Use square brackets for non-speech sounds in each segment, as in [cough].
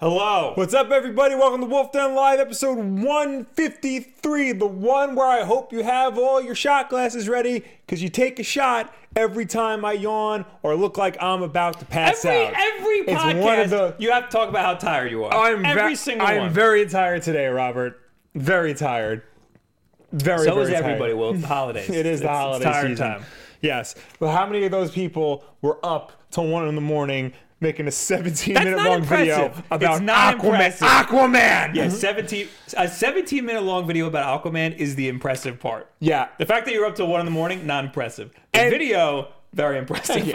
Hello. What's up, everybody? Welcome to Wolf Den Live, episode 153, the one where I hope you have all your shot glasses ready because you take a shot every time I yawn or look like I'm about to pass Every out. every It's one podcast, of the- you have to talk about how tired you are. I'm ve- every single I'm one. very tired today, Robert. Very tired. Very. so is very tired. everybody. Well, it's the holidays. [laughs] It is It's- the it's holiday tired season. time. Yes, but how many of those people were up till one in the morning making a 17 That's minute not long video impressive. about It's not Aquaman? impressive. Aquaman. Mm-hmm. Yeah, seventeen a seventeen minute long video about Aquaman is the impressive part. Yeah. The fact that you're up till one in the morning, not impressive. The And- video, very impressive.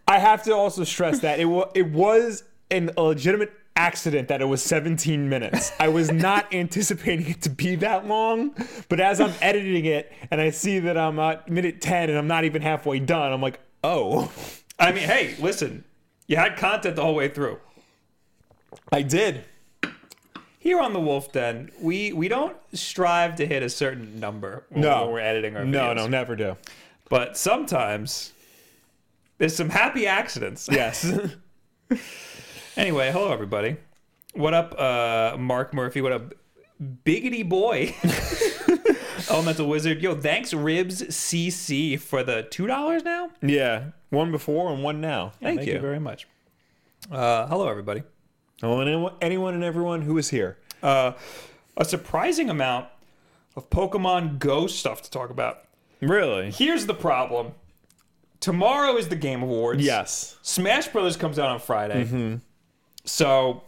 [laughs] I have to also stress that it was it was an a legitimate accident that it was 17 minutes. I [laughs] was not anticipating it to be that long, but as I'm editing it and I see that I'm at minute 10 and I'm not even halfway done, I'm like, "Oh, [laughs] I mean, hey, listen, you had content the whole way through. I did." Here on the Wolf Den, we we don't strive to hit a certain number when, No. when we're editing our No, videos. no, never do. But sometimes there's some happy accidents. Yes. [laughs] [laughs] Anyway, hello everybody. What up, uh, Mark Murphy? What up, Biggity [laughs] Boy? Elemental Wizard. Yo, thanks Ribs CC for the two dollars now. yeah. One before and one now. Thank, you. very much. Uh, hello everybody. Oh, and anyone- anyone and everyone who is here. Uh, a surprising amount of Pokemon Go stuff to talk about. Really? Here's the problem. Tomorrow is the Game Awards. Yes. Smash Brothers comes out on Friday. Mm-hmm. So,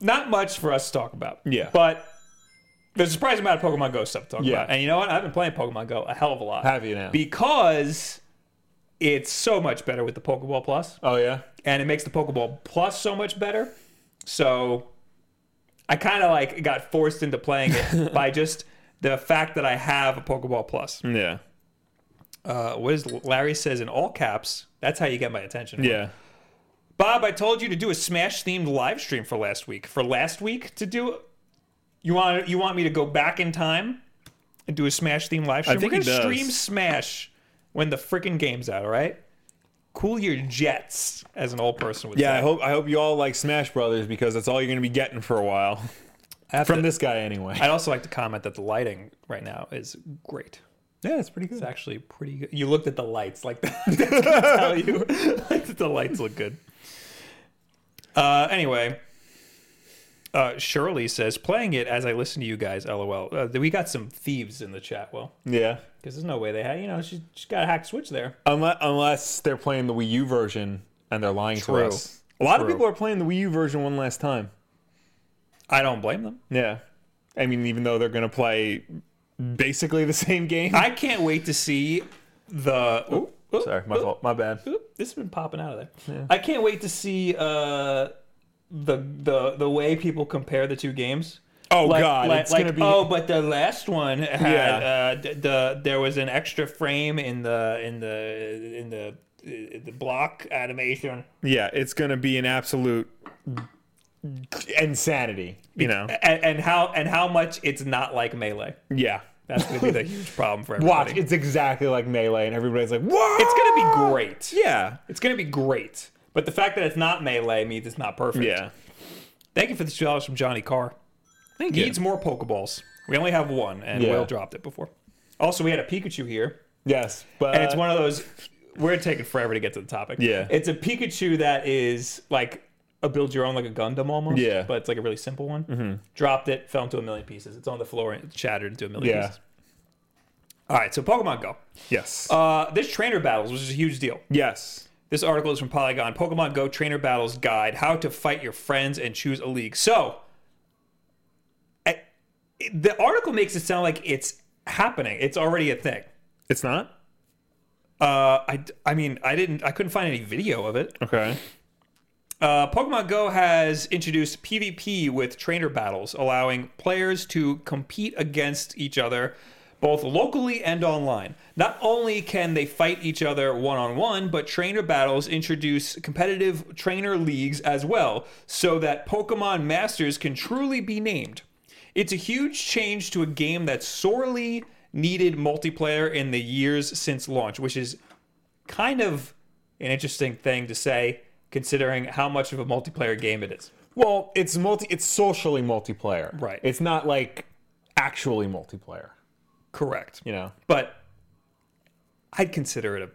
not much for us to talk about. Yeah. But there's a surprising amount of Pokemon Go stuff to talk Yeah. about. And you know what? I've been playing Pokemon Go a hell of a lot. Have you now? Because it's so much better with the Pokeball Plus, oh yeah. and it makes the Pokeball Plus so much better. So, I kind of like got forced into playing it [laughs] by just the fact that I have a Pokeball Plus. Yeah. Uh, what is Larry says in all caps? That's how you get my attention. Yeah. Bob, I told you to do a Smash themed live stream for last week. For last week to do, you want you want me to go back in time and do a Smash themed live stream? think We're he gonna does. stream Smash when the freaking game's out. All right, cool your jets, as an old person would Yeah, say. I hope I hope you all like Smash Brothers because that's all you're going to be getting for a while [laughs] I have from to- this guy anyway. I'd also like to comment that the lighting right now is great. [laughs] yeah, it's pretty good. It's actually pretty good. You looked at the lights, like [laughs] that's gonna tell you [laughs] that the lights look good. Uh, anyway, uh, Shirley says playing it as I listen to you guys. LOL. Uh, we got some thieves in the chat. Well, Yeah, because there's no way they had. You know, she she got a hack switch there. unless unless they're playing the Wii U version and they're lying True. to us. A lot of True. people are playing the Wii U version one last time. I don't blame them. Yeah, I mean, even though they're going to play basically the [laughs] same game. I can't wait to see the. Ooh, ooh, Sorry, my fault. My bad. ooh, this has been popping out of there. I can't wait to see uh, the the the way people compare the two games. Oh like, God, like, it's like, going to be. oh, but the last one had Yeah. uh, the, the there was an extra frame in the in the in the in the block animation, Yeah, it's going to be an absolute insanity. You [laughs] know. and, and how and how much it's not like melee. Yeah. That's gonna be [laughs] the huge problem for everybody. Watch, it's exactly like melee, and everybody's like, "Whoa!" It's gonna be great. Yeah. It's gonna be great. But the fact that it's not melee means it's not perfect. Yeah. Thank you for the two dollars from Johnny Carr. Thank you. Needs more Pokeballs. We only have one, and Yeah. Will dropped it before. Also, we had a Pikachu here. Yes, but and it's one of those we're taking forever to get to the topic. Uh, Yeah. it's a Pikachu that is like a build your own like a Gundam almost. Yeah. Mm-hmm. but it's like a really simple one. Dropped it, fell into a million pieces. It's on the floor and it shattered into a million Yeah. pieces. All right, so Pokemon Go. yes, Uh, this trainer battles, which is a huge deal. yes. This article is from Polygon. Pokemon Go Trainer Battles Guide: How to Fight Your Friends and Choose a League. So, I, the article makes it sound like it's happening. It's already a thing. It's not Uh, I, I mean, I didn't, I couldn't find any video of it. okay. Uh, Pokemon Go has introduced PvP with trainer battles, allowing players to compete against each other both locally and online. Not only can they fight each other one on one, but trainer battles introduce competitive trainer leagues as well, so that Pokemon Masters can truly be named. It's a huge change to a game that sorely needed multiplayer in the years since launch, which is kind of an interesting thing to say considering how much of a multiplayer game it is. Well, it's multi. It's socially multiplayer. Right. It's not like actually multiplayer. Correct. You know. But I'd consider it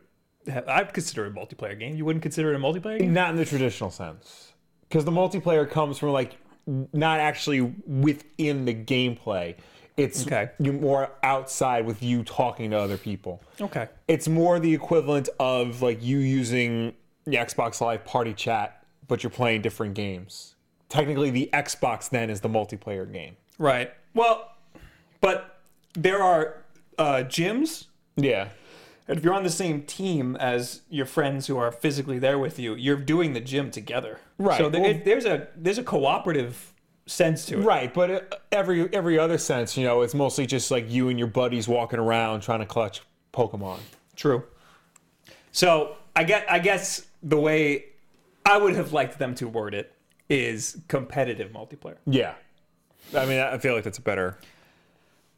a. I'd consider it a multiplayer game. You wouldn't consider it a multiplayer game? Not in the traditional sense, because the multiplayer comes from like n- not actually within the gameplay. It's Okay. you more outside with you talking to other people. Okay. It's more the equivalent of like you using the Xbox Live party chat, but you're playing different games. Technically, the Xbox then is the multiplayer game. Right. Well, but there are uh, gyms. Yeah. And if you're on the same team as your friends who are physically there with you, you're doing the gym together. Right. So there, Well- it, there's a there's a cooperative sense to it. Right, but uh, every every other sense, you know, it's mostly just like you and your buddies walking around trying to clutch Pokemon. True. So I get I guess the way I would have liked them to word it is competitive multiplayer. Yeah, I mean, I feel like that's better.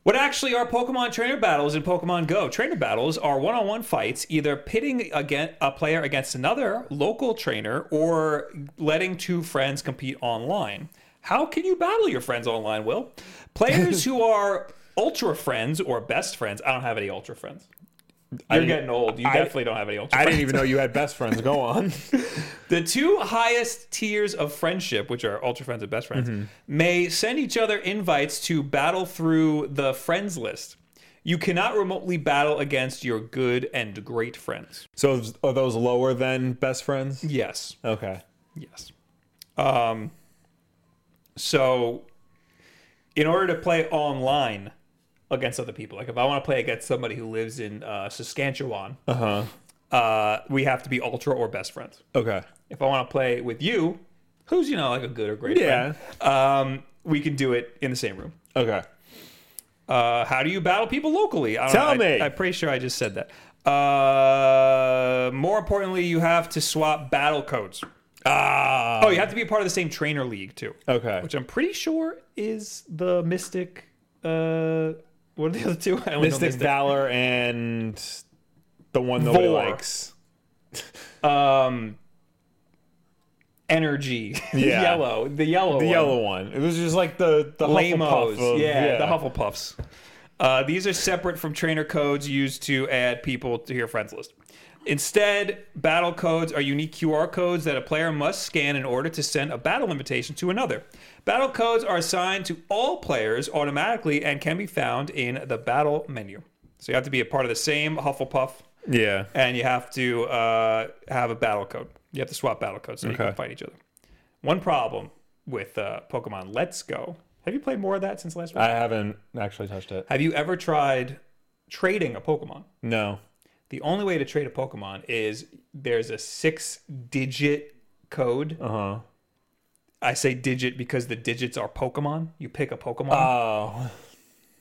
What actually are Pokemon trainer battles in Pokemon Go? Trainer battles are one-on-one fights, either pitting against a player against another local trainer or letting two friends compete online. How can you battle your friends online, Will? [laughs] Players who are ultra friends or best friends. I don't have any ultra friends. You're didn't- getting old. You I- definitely don't have any ultra I friends. didn't even know you had best friends. Go on. [laughs] The two highest tiers of friendship, which are ultra friends and best friends, may send each other invites to battle through the friends list. You cannot remotely battle against your good and great friends. So are those lower than best friends? Yes. Okay. Yes. Um, so, in order to play online against other people, like if I want to play against somebody who lives in uh, Saskatchewan, Uh huh. uh, we have to be ultra or best friends. Okay. If I want to play with you, who's, you know, like a good or great friend, Yeah. um, we can do it in the same room. Okay. Uh, how do you battle people locally? I don't Tell know. I, me. I'm pretty sure I just said that. Uh, more importantly, you have to swap battle codes. Ah. Oh, you have to be a part of the same trainer league too, Okay. which I'm pretty sure is the Mystic. Uh, what are the [laughs] other two? I only know Mystic Valor and the one nobody Vor. likes. Um, energy. [laughs] Yeah. yellow. The yellow. The yellow one. It was just like the the Lamos. Hufflepuff of- yeah, the Hufflepuffs. Uh, these are separate from trainer codes used to add people to your friends list. Instead, battle codes are unique QR codes that a player must scan in order to send a battle invitation to another. Battle codes are assigned to all players automatically and can be found in the battle menu. So you have to be a part of the same Hufflepuff, Yeah. and you have to uh, have a battle code. You have to swap battle codes so you can Okay. fight each other. One problem with uh, Pokemon Let's Go. Have you played more of that since last week? I haven't actually touched it. Have you ever tried trading a Pokemon? No. The only way to trade a Pokemon is there's a six digit code. Uh huh. I say digit because the digits are Pokemon. You pick a Pokemon Oh.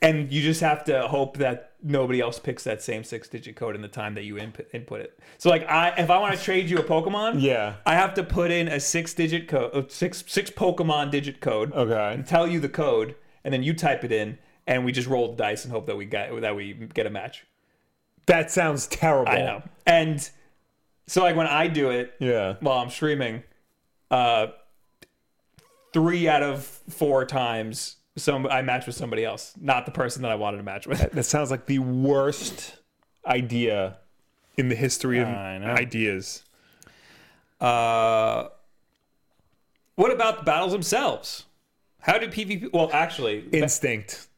and you just have to hope that nobody else picks that same six digit code in the time that you input, input it. So like I if I want to trade you a Pokemon, Yeah. I have to put in a six digit code, six six Pokemon digit code. Okay. Tell you the code and then you type it in and we just roll the dice and hope that we got that we get a match. That sounds terrible. I know. And so like when I do it Yeah. while I'm streaming, uh three out of four times some I match with somebody else, not the person that I wanted to match with. That sounds like the worst idea in the history of I know. ideas. Uh what about the battles themselves? How do PvP well actually Instinct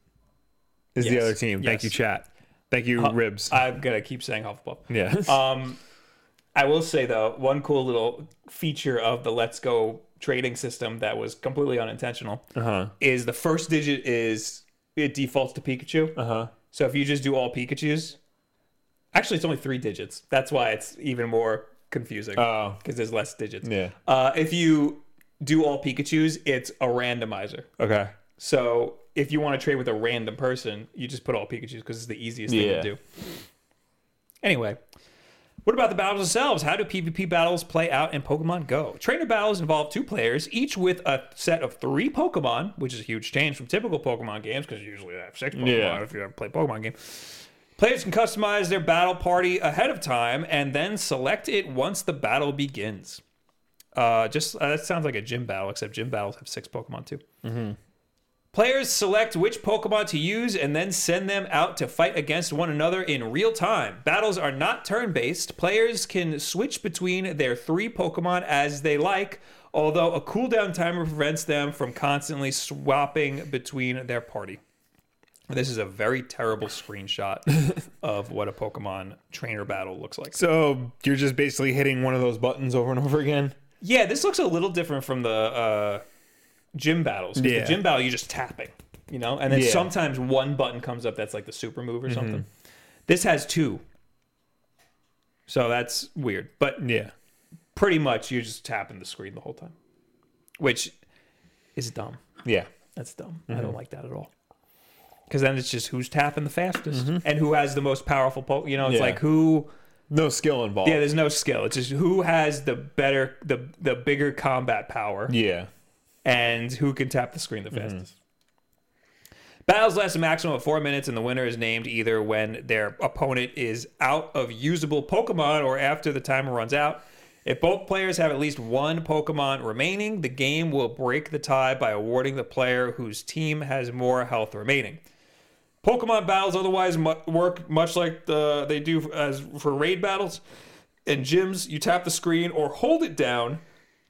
is the Yes. other team. Thank Yes. Uh, you, chat. Thank you, ribs. I'm gonna keep saying Hufflepuff. [laughs] yeah. Um, I will say though, one cool little feature of the Let's Go trading system that was completely unintentional Uh-huh. is the first digit is it defaults to Pikachu. Uh-huh. So if you just do all Pikachu's, actually it's only three digits. That's why it's even more confusing because Oh. there's less digits. Yeah. Uh, if you do all Pikachu's, it's a randomizer. Okay. So if you want to trade with a random person, you just put all Pikachu's because it's the easiest thing Yeah. to do. Anyway, what about the battles themselves? How do PvP battles play out in Pokemon Go? Trainer battles involve two players, each with a set of three Pokemon, which is a huge change from typical Pokemon games because usually they have six Pokemon Yeah. if you ever play Pokemon game. Players can customize their battle party ahead of time and then select it once the battle begins. Uh, just uh, that sounds like a gym battle, except gym battles have six Pokemon too. Players select which Pokemon to use and then send them out to fight against one another in real time. Battles are not turn based. Players can switch between their three Pokemon as they like, although a cooldown timer prevents them from constantly swapping between their party. This is a very terrible screenshot of what a Pokemon trainer battle looks like. So you're just basically hitting one of those buttons over and over again. Yeah, this looks a little different from the uh, gym battles. 'cause Yeah. The gym battle, you're just tapping, you know, and then Yeah. Mm-hmm. sometimes one button comes up that's like the super move or something. This has two, so that's weird. But Yeah. pretty much, you're just tapping the screen the whole time, which is dumb. Yeah. That's dumb. I Mm-hmm. don't like that at all. Because then it's just who's tapping the fastest and who has the most powerful. Po- you know, it's Mm-hmm. Yeah. like who. No skill involved. Yeah, there's no skill. It's just who has the better, the the bigger combat power. Yeah. and who can tap the screen the fastest. Battles last a maximum of four minutes, and the winner is named either when their opponent is out of usable Pokemon or after the timer runs out. If both players have at least one Pokemon remaining, the game will break the tie by awarding the player whose team has more health remaining. Pokemon battles otherwise mu- work much like the, they do as for raid battles. In gyms, you tap the screen or hold it down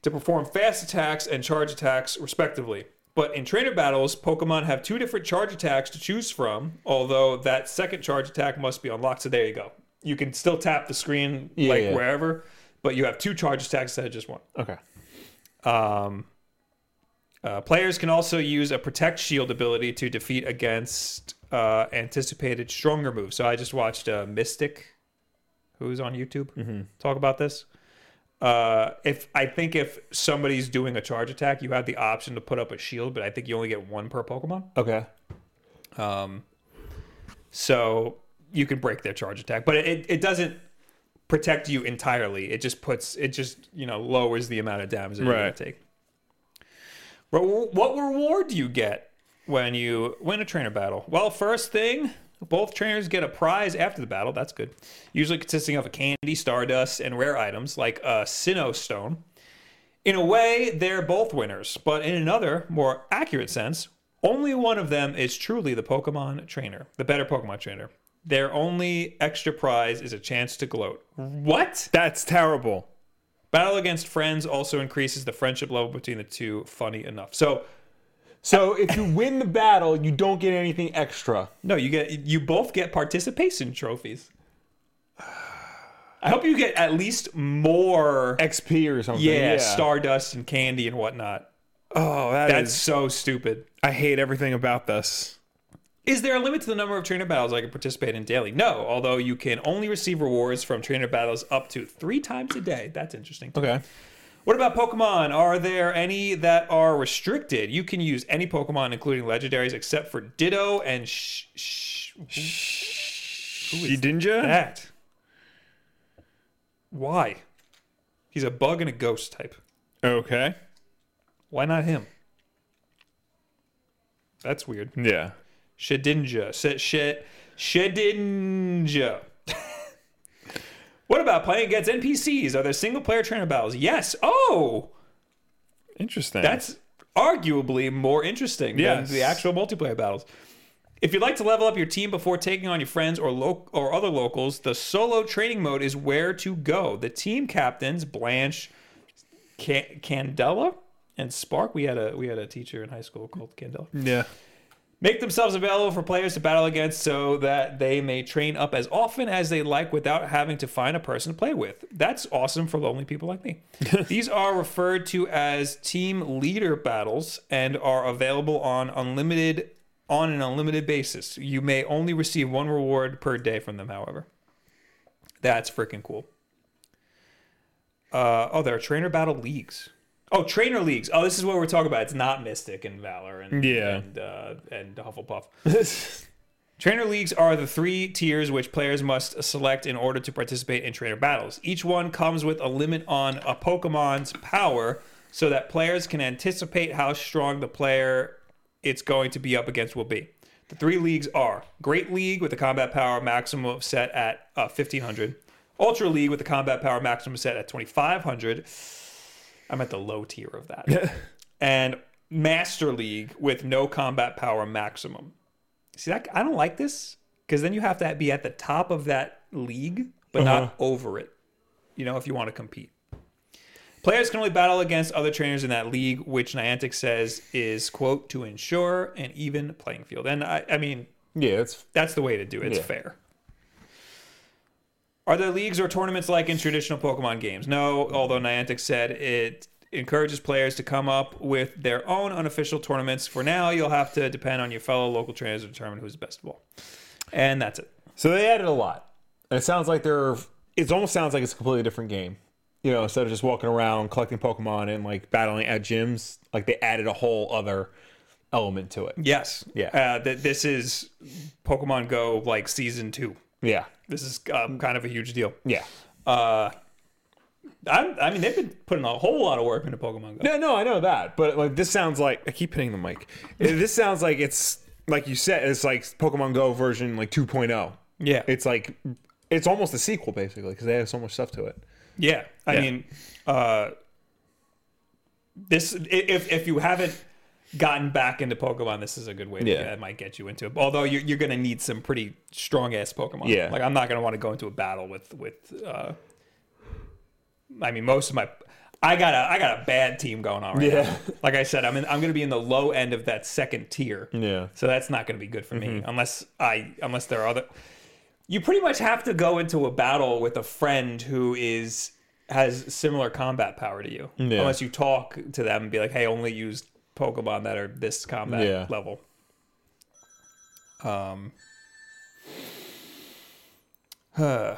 to perform fast attacks and charge attacks, respectively. But in trainer battles, Pokemon have two different charge attacks to choose from, although that second charge attack must be unlocked. So there you go. You can still tap the screen like yeah. wherever, but you have two charge attacks instead of just one. Okay. Uh, players can also use a protect shield ability to defeat against uh, anticipated stronger moves. So I just watched uh, Mystic, who's on YouTube, talk about this. Uh, if I think if somebody's doing a charge attack, you have the option to put up a shield, but I think you only get one per Pokemon. Okay. So you can break their charge attack, but it, it doesn't protect you entirely. It just puts it just you know lowers the amount of damage that you're gonna Right. take. But what reward do you get when you win a trainer battle? Well, first thing, both trainers get a prize after the battle. That's good. Usually consisting of a candy, stardust, and rare items like a Sinnoh stone. In a way, they're both winners, but in another, more accurate sense, only one of them is truly the Pokemon trainer, the better Pokemon trainer. Their only extra prize is a chance to gloat. What? That's terrible. Battle against friends also increases the friendship level between the two, funny enough. So, So if you win the battle, you don't get anything extra. no, you get you both get participation trophies. I hope you get at least more XP or something. yeah, stardust and candy and whatnot. Oh, That's so stupid. I hate everything about this. Is there a limit to the number of trainer battles I can participate in daily? No, although you can only receive rewards from trainer battles up to three times a day. That's interesting. Okay. What about Pokemon? Are there any that are restricted? You can use any Pokemon, including legendaries, except for Ditto and Sh. sh- You didn't you? that. Why? He's a bug and a ghost type. Okay. Why not him? That's weird. Yeah. Shedinja. Set shit. Shedinja. what about playing against NPCs? Are there single player trainer battles? Yes. Oh, Interesting. that's arguably more interesting Yes. than the actual multiplayer battles. If you'd like to level up your team before taking on your friends or lo- or other locals, the solo training mode is where to go. The team captains Blanche, Ca- Candela, and Spark. We had a we had a teacher in high school called Candela [laughs] yeah. make themselves available for players to battle against so that they may train up as often as they like without having to find a person to play with. That's awesome for lonely people like me. These are referred to as team leader battles and are available on unlimited on an unlimited basis. You may only receive one reward per day from them, however. That's freaking cool. Uh, oh, there are trainer battle leagues. Oh, trainer leagues. Oh, this is what we're talking about. It's not Mystic and Valor and Yeah. and, uh, and Hufflepuff. Trainer leagues are the three tiers which players must select in order to participate in trainer battles. Each one comes with a limit on a Pokemon's power so that players can anticipate how strong the player it's going to be up against will be. The three leagues are Great League with a combat power maximum set at uh, 1500, Ultra League with a combat power maximum set at 2500. I'm at the low tier of that. and Master League with no combat power maximum. See, that, I don't like this because then you have to be at the top of that league, but not over it, you know, if you want to compete. Players can only battle against other trainers in that league, which Niantic says is, quote, to ensure an even playing field. And I, I mean, Yeah, that's that's the way to do it. It's Yeah. fair. Are there leagues or tournaments like in traditional Pokemon games? No, although Niantic said it encourages players to come up with their own unofficial tournaments. For now, you'll have to depend on your fellow local trainers to determine who's best of all. And that's it. so they added a lot, and it sounds like they're. It almost sounds like it's a completely different game. You know, instead of just walking around collecting Pokemon and like battling at gyms, like they added a whole other element to it. Yes. Yeah. Uh, th- this is Pokemon Go like season two. Yeah, This is um, kind of a huge deal. yeah. Uh, I, I mean, they've been putting a whole lot of work into Pokemon Go. No, no, I know that, but like this sounds like I keep hitting the mic. This sounds like it's like you said, it's like Pokemon Go version like 2.0. Yeah. It's like it's almost a sequel basically because they have so much stuff to it. Yeah, I Yeah. mean, uh, this i- if if you haven't gotten back into Pokemon, this is a good way to Yeah. that might get you into it. Although you're you're gonna need some pretty strong ass Pokemon. Yeah. like I'm not gonna want to go into a battle with with. Uh, I mean, most of my. I got a I got a bad team going on right Yeah. now. Like I said, I'm in, I'm going to be in the low end of that second tier. Yeah. Mm-hmm. So that's not going to be good for me unless I unless there are other. You pretty much have to go into a battle with a friend who is has similar combat power to you, Yeah. unless you talk to them and be like, "Hey, only use Pokemon that are this combat Yeah. level." Um. [sighs] Huh.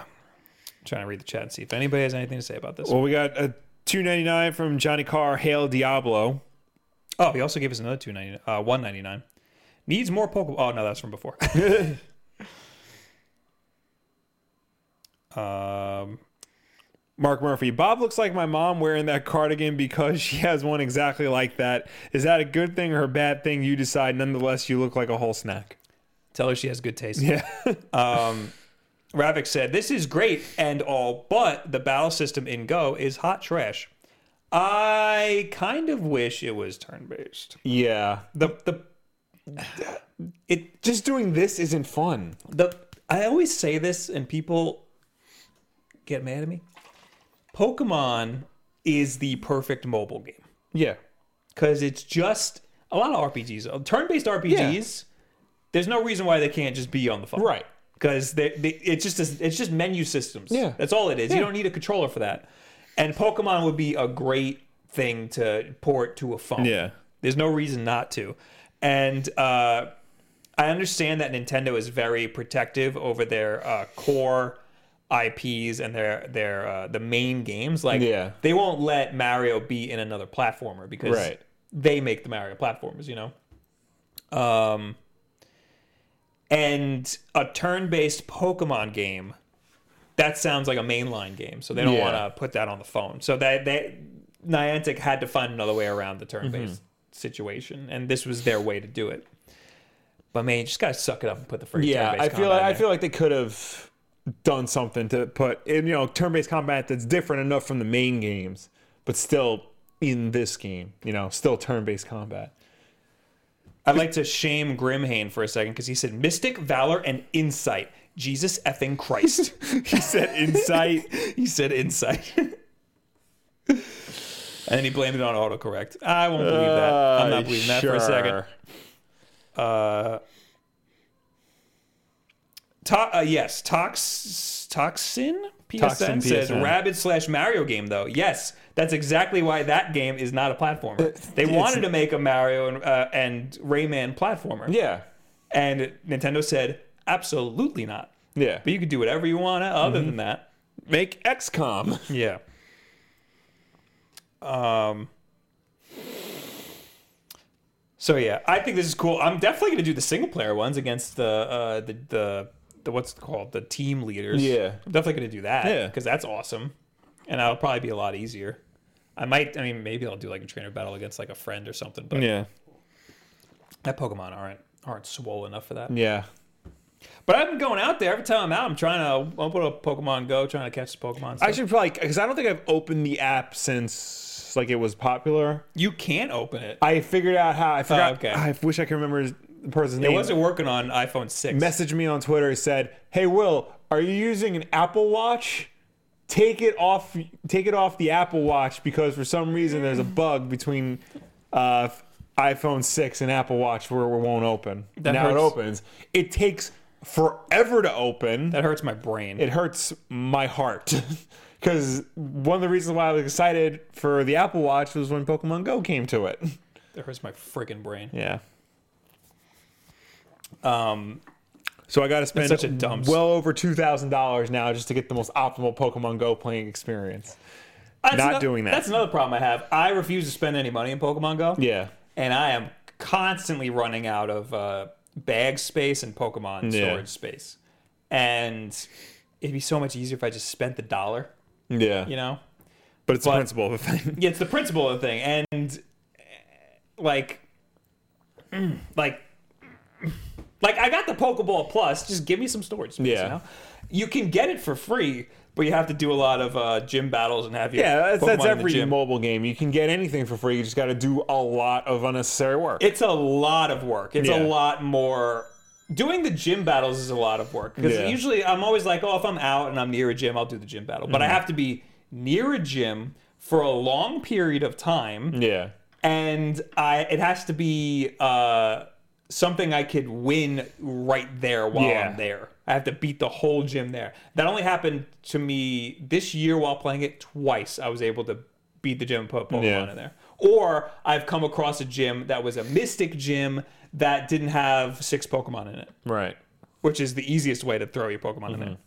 Trying to read the chat and see if anybody has anything to say about this. Well, we got a 2.99 from Johnny Carr, Hail Diablo. Oh, he also gave us another two ninety uh one ninety nine. Needs more Pokemon. Oh no, that's from before. um, Mark Murphy, Bob looks like my mom wearing that cardigan because she has one exactly like that. Is that a good thing or a bad thing? You decide. Nonetheless, you look like a whole snack. tell her she has good taste. Yeah. [laughs] Um, Ravik said, "This is great and all, but the battle system in Go is hot trash. I kind of wish it was turn based. yeah. The the it Just doing this isn't fun. the I always say this and people get mad at me. Pokemon is the perfect mobile game Yeah. because it's just a lot of RPGs, Uh, turn-based RPGs. There's no reason why they can't just be on the phone, Right. Because they, they, it's just it's just menu systems. Yeah. that's all it is. You Yeah. don't need a controller for that. And Pokemon would be a great thing to port to a phone. Yeah. There's no reason not to. And uh, I understand that Nintendo is very protective over their uh, core IPs and their their uh, the main games. Like Yeah. they won't let Mario be in another platformer because Right. they make the Mario platformers. You know. Um. And a turn-based Pokemon game that sounds like a mainline game, so they don't Yeah. want to put that on the phone. So that they Niantic had to find another way around the turn-based Mm-hmm. situation, and this was their way to do it. But man, you just gotta suck it up and put the freaking Yeah, turn-based I feel combat like, in I there. feel like they could have done something to put in, you know turn-based combat that's different enough from the main games, but still in this game, you know, still turn-based combat. I'd like to shame Grimhane for a second because he said mystic valor and insight. Jesus effing [laughs] Christ! he said insight. he said insight. [laughs] and then he blamed it on autocorrect. I won't believe that. I'm Uh, not believing that for a second. uh, to- uh yes, tox toxin PSN Toxin says PSN. Rabid slash Mario game though. Yes, that's exactly why that game is not a platformer. They Uh, it's- wanted to make a Mario and, uh, and Rayman platformer, Yeah, and Nintendo said absolutely not. yeah. But you could do whatever you want other Mm-hmm. than that. Make XCOM. Yeah. Um. So yeah, I think this is cool. I'm definitely gonna do the single player ones against the uh, the the the what's it called the team leaders. Yeah. I'm definitely gonna do that. Yeah. because that's awesome, and that'll probably be a lot easier. I might. I mean, maybe I'll do like a trainer battle against like a friend or something. But Yeah, that Pokemon aren't aren't swole enough for that. yeah. But I've been going out there every time I'm out. I'm trying to open up Pokemon Go, trying to catch the Pokemon. Stuff. I should probably because I don't think I've opened the app since apps like it was popular. You can't open it. I figured out how. I forgot. Oh, okay. I wish I could remember his- the person's It name. wasn't working on iPhone 6. messaged me on Twitter. He said, "Hey Will, are you using an Apple Watch? Take it off. Take it off the Apple Watch because for some reason there's a bug between uh, iPhone six and Apple Watch where it won't open. That now it hurts. opens. It takes forever to open. that hurts my brain. it hurts my heart." [laughs] Because one of the reasons why I was excited for the Apple Watch was when Pokemon Go came to it. [laughs] That hurts my freaking brain. Yeah. Um, So I got to spend such a dumb s- well over two thousand dollars now just to get the most optimal Pokemon Go playing experience. that's Not ano- doing that. That's another problem I have. I refuse to spend any money in Pokemon Go. Yeah, And I am constantly running out of uh, bag space and Pokemon Yeah. storage space. And it'd be so much easier if I just spent the dollar, yeah, you know? but it's the principle of a thing. Yeah, it's the principle of the thing. And uh, like, mm, like, mm, like I got the Pokeball Plus. Just give me some storage space. Yeah. You, know? you can get it for free, but you have to do a lot of uh, gym battles and have your [laughs] Yeah, that's, that's Pokemon in the every gym. mobile game. You can get anything for free. You just got to do a lot of unnecessary work. it's a lot of work. It's a Yeah. lot more. Doing the gym battles is a lot of work because Yeah. usually I'm always like, oh, if I'm out and I'm near a gym, I'll do the gym battle. But I Mm-hmm. have to be near a gym for a long period of time. yeah, and I it has to be uh, something I could win right there while Yeah. I'm there. I have to beat the whole gym there. That only happened to me this year while playing it twice. I was able to beat the gym and put Pokemon Yeah. in there. Or I've come across a gym that was a Mystic gym that didn't have six Pokemon in it, right. which is the easiest way to throw your Pokemon Mm-hmm. in there.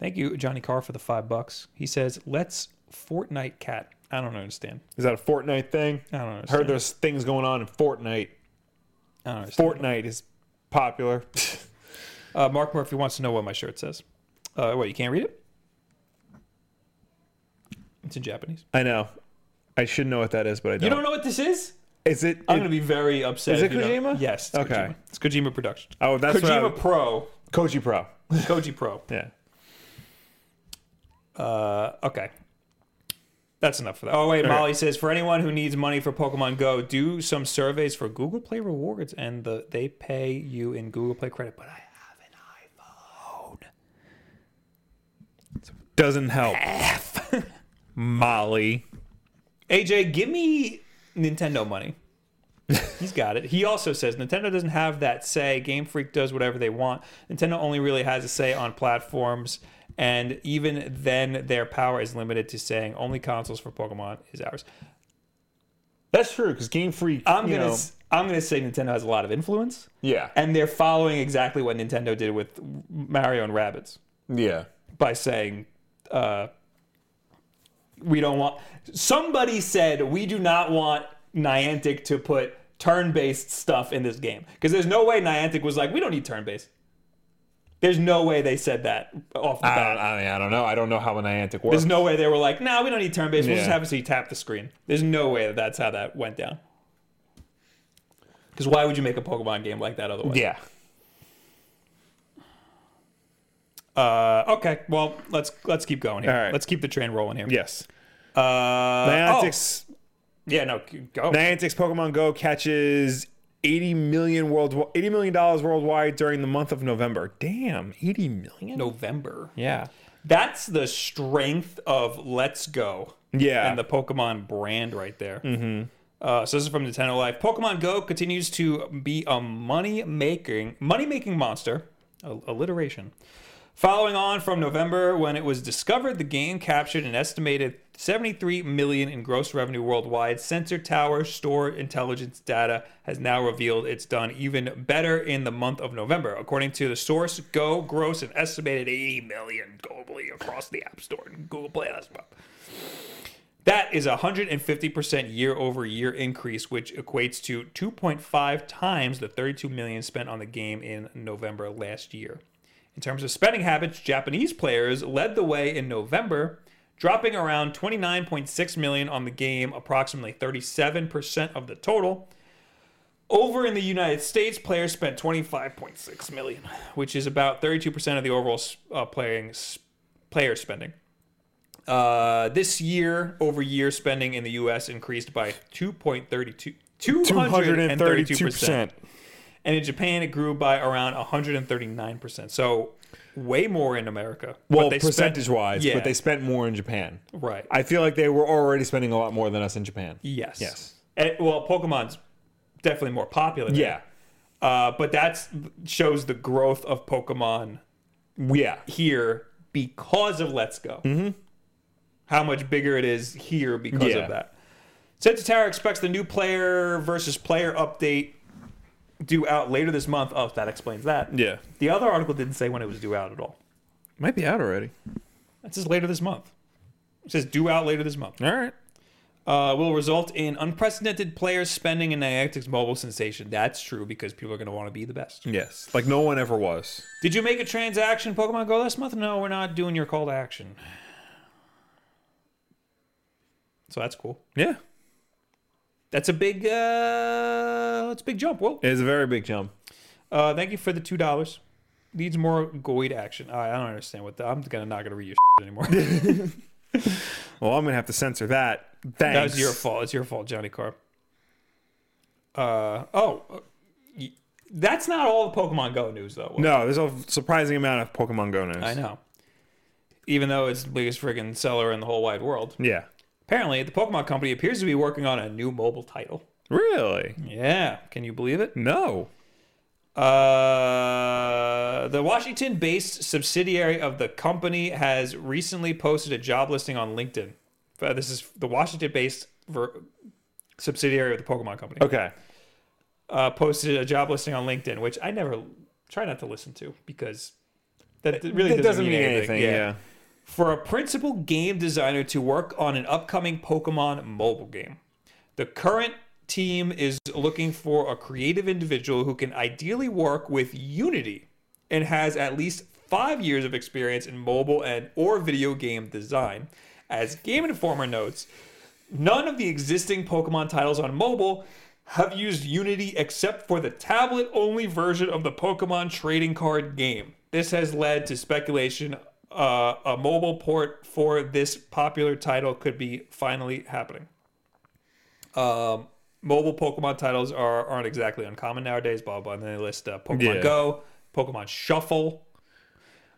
Thank you, Johnny Carr, for the five bucks. He says, "Let's Fortnite cat." I don't understand. Is that a Fortnite thing? I don't understand. Heard there's things going on in Fortnite. I don't understand. Fortnite is popular. [laughs] Uh, Mark Murphy wants to know what my shirt says. Uh, what, you can't read it? It's in Japanese. I know. I should know what that is, but I don't. You don't know what this is? Is it? I'm going to be very upset. Is it if you don't- Kojima? Yes. It's Okay. Kojima. It's Kojima Productions. oh, that's what I- Kojima [laughs] Pro. Koji Pro. Koji Pro. Yeah. Uh, okay. That's enough for that. Oh, wait. Molly says For anyone who needs money for Pokemon Go, do some surveys for Google Play rewards and the, they pay you in Google Play credit. But I have an iPhone. Doesn't help. [laughs] Molly. AJ, give me Nintendo money. He's got it. He also says Nintendo doesn't have that say. Game Freak does whatever they want. Nintendo only really has a say on platforms, and even then, their power is limited to saying only consoles for Pokemon is ours. That's true because Game Freak. I'm you gonna, know- s- I'm gonna say Nintendo has a lot of influence, yeah. and they're following exactly what Nintendo did with Mario and Rabbids. Yeah. by saying uh, we don't want somebody said we do not want Niantic to put turn-based stuff in this game because there's no way Niantic was like we don't need turn-based. There's no way they said that off the I bat. don't, I, mean, I don't know. I don't know how a Niantic works. There's no way they were like, nah, we don't need turn-based. We'll just Yeah. have it so you tap the screen. There's no way that that's how that went down. Because why would you make a Pokemon game like that otherwise? yeah. Uh, okay, well let's let's keep going here. All right. Let's keep the train rolling here. Yes. Uh, Niantic's, oh, yeah, no, go. Niantic's Pokemon Go catches 80 million world 80 million dollars worldwide during the month of November. Damn, 80 million? November. Yeah. That's the strength of Let's Go Yeah. and the Pokemon brand right there. Mm-hmm. Uh, so this is from Nintendo Life. Pokemon Go continues to be a money making money making monster. Al- Alliteration. Following on from November, when it was discovered, the game captured an estimated 73 million in gross revenue worldwide. Sensor Tower store intelligence data has now revealed it's done even better in the month of November. According to the source, Go gross an estimated 80 million globally across the App Store and Google Play last month. That is a 150% year over year increase, which equates to 2.5 times the 32 million spent on the game in November last year. In terms of spending habits, Japanese players led the way in November, dropping around 29.6 million on the game, approximately 37% of the total. Over in the United States, players spent 25.6 million, which is about 32% of the overall uh, playing player spending. Uh, this year over year spending in the U.S. increased by 2.32 232 232%. percent. And in Japan, it grew by around 139%. So way more in America. Well, But they spent- percentage wise, Yeah. but they spent more in Japan. Right. I feel like they were already spending a lot more than us in Japan. yes. Yes. And- well, Pokemon's definitely more popular. there. Yeah. Uh, but that shows the growth of Pokemon Yeah. here because of Let's Go. Mm-hmm. How much bigger it is here because Yeah. of that. Sagittara expects the new player versus player update due out later this month. Oh, that explains that. Yeah. The other article didn't say when it was due out at all. Might be out already. It says later this month. It says due out later this month. All right. Uh, will result in unprecedented player spending in Niantic's mobile sensation. That's true because people are going to want to be the best. Yes. Like no one ever was. Did you make a transaction Pokemon Go last month? No, we're not doing your call to action. So that's cool. Yeah. That's a big, uh, that's a big jump. Well, It's a very big jump. uh, thank you for the two dollars. Needs more Goid action. I I don't understand what the, I'm gonna not gonna read your [laughs] shit anymore. Well, I'm gonna have to censor that. Thanks. That was your fault. It's your fault, Johnny Carr. Uh oh, uh, y- that's not all the Pokemon Go news though. No, there's a surprising amount of Pokemon Go news. I know. Even though it's the biggest friggin' seller in the whole wide world, Yeah. apparently the Pokemon company appears to be working on a new mobile title. Really? Yeah, can you believe it? No. Uh, the Washington-based subsidiary of the company has recently posted a job listing on LinkedIn. Uh, This is the Washington-based ver- subsidiary of the Pokemon company. Okay. uh, posted a job listing on LinkedIn, which I never try not to listen to because that really doesn't, mean, anything. For a principal game designer to work on an upcoming Pokemon mobile game, the current team is looking for a creative individual who can ideally work with Unity and has at least five years of experience in mobile and or video game design. As Game Informer notes, None of the existing Pokemon titles on mobile have used Unity except for the tablet only version of the Pokemon trading card game. This has led to speculation uh, a mobile port for this popular title could be finally happening. Um, mobile Pokemon titles are, aren't exactly uncommon nowadays, blah, blah, blah. And then they list uh, Pokemon Yeah. Go, Pokemon Shuffle,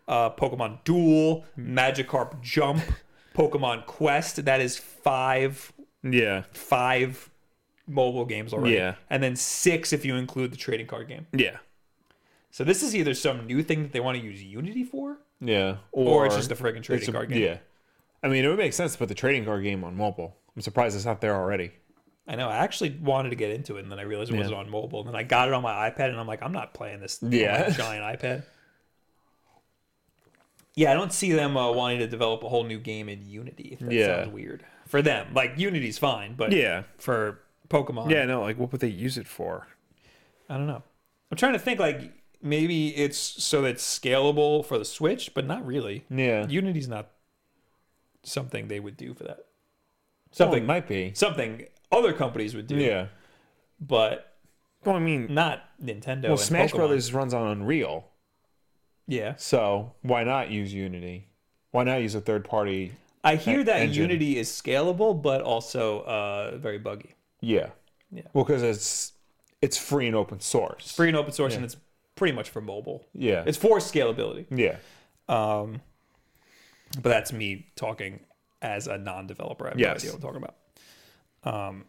uh, Pokemon Duel, Magikarp Jump, Pokemon Quest. That is five Yeah. five mobile games already. Yeah. And then six if you include the trading card game. Yeah. So this is either some new thing that they want to use Unity for, Yeah. or, it's just a friggin' trading It's a- card game. Yeah. I mean, it would make sense to put the trading card game on mobile. I'm surprised it's not there already. I know. I actually wanted to get into it, and then I realized it wasn't on mobile. And then I got it on my iPad, and I'm like, I'm not playing this on my Yeah. [laughs] giant iPad. Yeah, I don't see them uh, wanting to develop a whole new game in Unity. If that Yeah. sounds weird for them. Like Unity's fine, but Yeah. for Pokemon, Yeah, no, like what would they use it for? I don't know. I'm trying to think like maybe it's so that it's scalable for the Switch, but not really. Yeah. Unity's not something they would do for that. Something Something might be. something other companies would do, Yeah. but Well, I mean, not Nintendo. well, and Smash Pokemon. Brothers runs on Unreal, Yeah. so why not use Unity? Why not use a third party? I hear that engine. Unity is scalable, but also uh, very buggy. Yeah. Yeah. Well, because it's it's free and open source. Free and open source, and it's pretty much for mobile. Yeah. It's for scalability. yeah. Um, but that's me talking as a non-developer. I have no Yes. idea what I'm talking about. Um,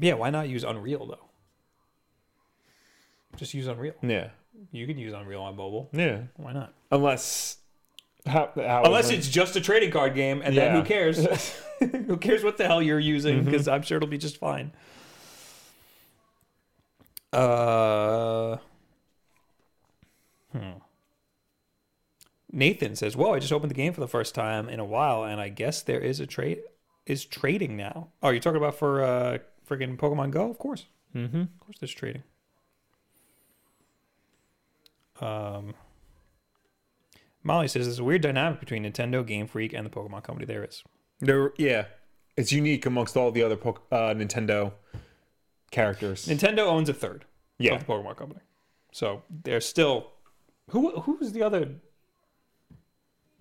yeah, why not use Unreal though? Just use Unreal. Yeah. You can use Unreal on mobile. Yeah. Why not? Unless how, how Unless it's just a trading card game, and then Yeah. who cares? [laughs] who cares what the hell you're using? Because I'm sure it'll be just fine. Uh, hmm. Nathan says, "Whoa! I just opened the game for the first time in a while, and I guess there is a trade is trading now. Oh, you're talking about for uh friggin' Pokemon Go, of course. mm-hmm. Of course, there's trading. Um, Molly says there's a weird dynamic between Nintendo, Game Freak, and the Pokemon Company. There is. There, yeah, it's unique amongst all the other Poke- uh, Nintendo characters. Nintendo owns a third Yeah. of the Pokemon Company, so they're still. Who who was the other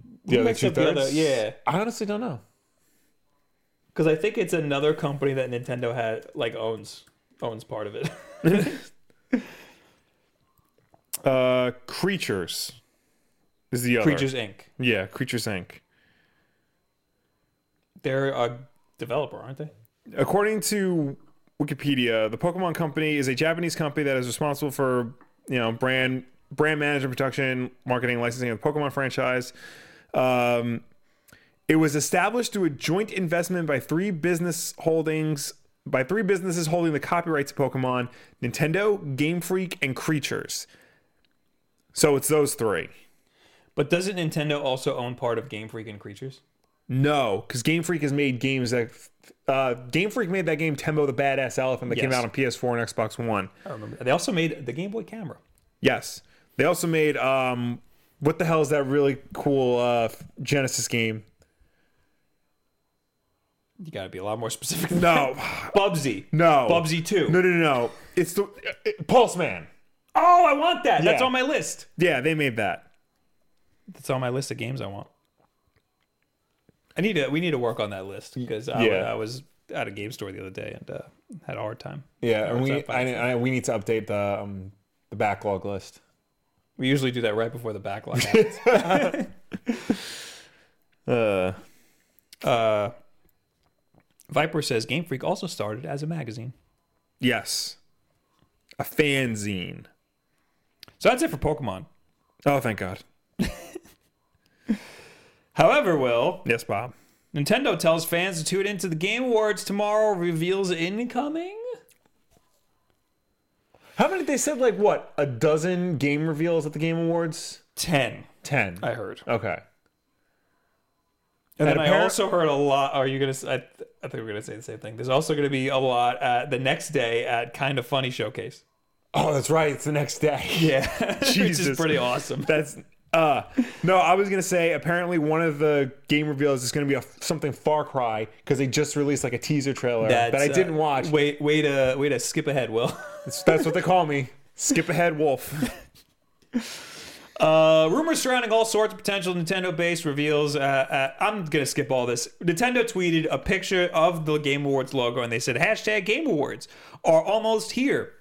The Who other makes two up the thirds. other? Yeah, I honestly don't know. because I think it's another company that Nintendo had like owns owns part of it. [laughs] Uh, Creatures is the other. Creatures Inc. Yeah, Creatures Inc. They're a developer, aren't they? According to Wikipedia, the Pokemon Company is a Japanese company that is responsible for you know brand brand management, production, marketing, licensing of the Pokemon franchise. Um, it was established through a joint investment by three business holdings by three businesses holding the copyrights to Pokemon: Nintendo, Game Freak, and Creatures. So it's those three. But doesn't Nintendo also own part of Game Freak and Creatures? No, because Game Freak has made games that uh, Game Freak made that game Tembo the Badass Elephant that came Yes. out on PS4 and Xbox One. I remember. They also made the Game Boy camera. Yes, they also made um, what the hell is that really cool uh, Genesis game? You got to be a lot more [laughs] specific. than No, that. Bubsy. no, Bubsy 2. [sighs] No, no, no, no. It's the it, Pulse Man. Oh, I want that. That's Yeah. on my list. Yeah, they made that. That's on my list of games I want. I need to. We need to work on that list because I, Yeah. I was at a game store the other day and uh, had a hard time. Yeah, and we- I- we need to update the um, the backlog list. We usually do that right before the [laughs] backlog. happens. Uh, uh, Viper says Game Freak also started as a magazine. yes, a fanzine. So that's it for Pokemon. Oh, thank God. However, Will Yes, Bob. Nintendo tells fans to tune into the Game Awards tomorrow. Reveals incoming. How many? They said like what a dozen game reveals at the Game Awards. Ten, Ten. I heard. Okay. And, then I appar- also heard a lot. Are you gonna? s- I, th- I think we're gonna say the same thing. There's also gonna be a lot at the next day at Kind of Funny [laughs] Showcase. Oh, that's right. It's the next day. [laughs] Yeah, [laughs] which is Jesus. pretty awesome. That's uh no, I was gonna say apparently one of the game reveals is gonna be a something Far Cry because they just released like a teaser trailer that I That's, uh, didn't watch. Wait, wait to wait to skip ahead, Will. [laughs] That's- That's what they call me. Skip ahead, Wolf. Uh, rumors surrounding all sorts of potential Nintendo-based reveals. Uh, uh, I'm gonna skip all this. Nintendo tweeted a picture of the Game Awards logo, and they said hashtag Game Awards are almost here.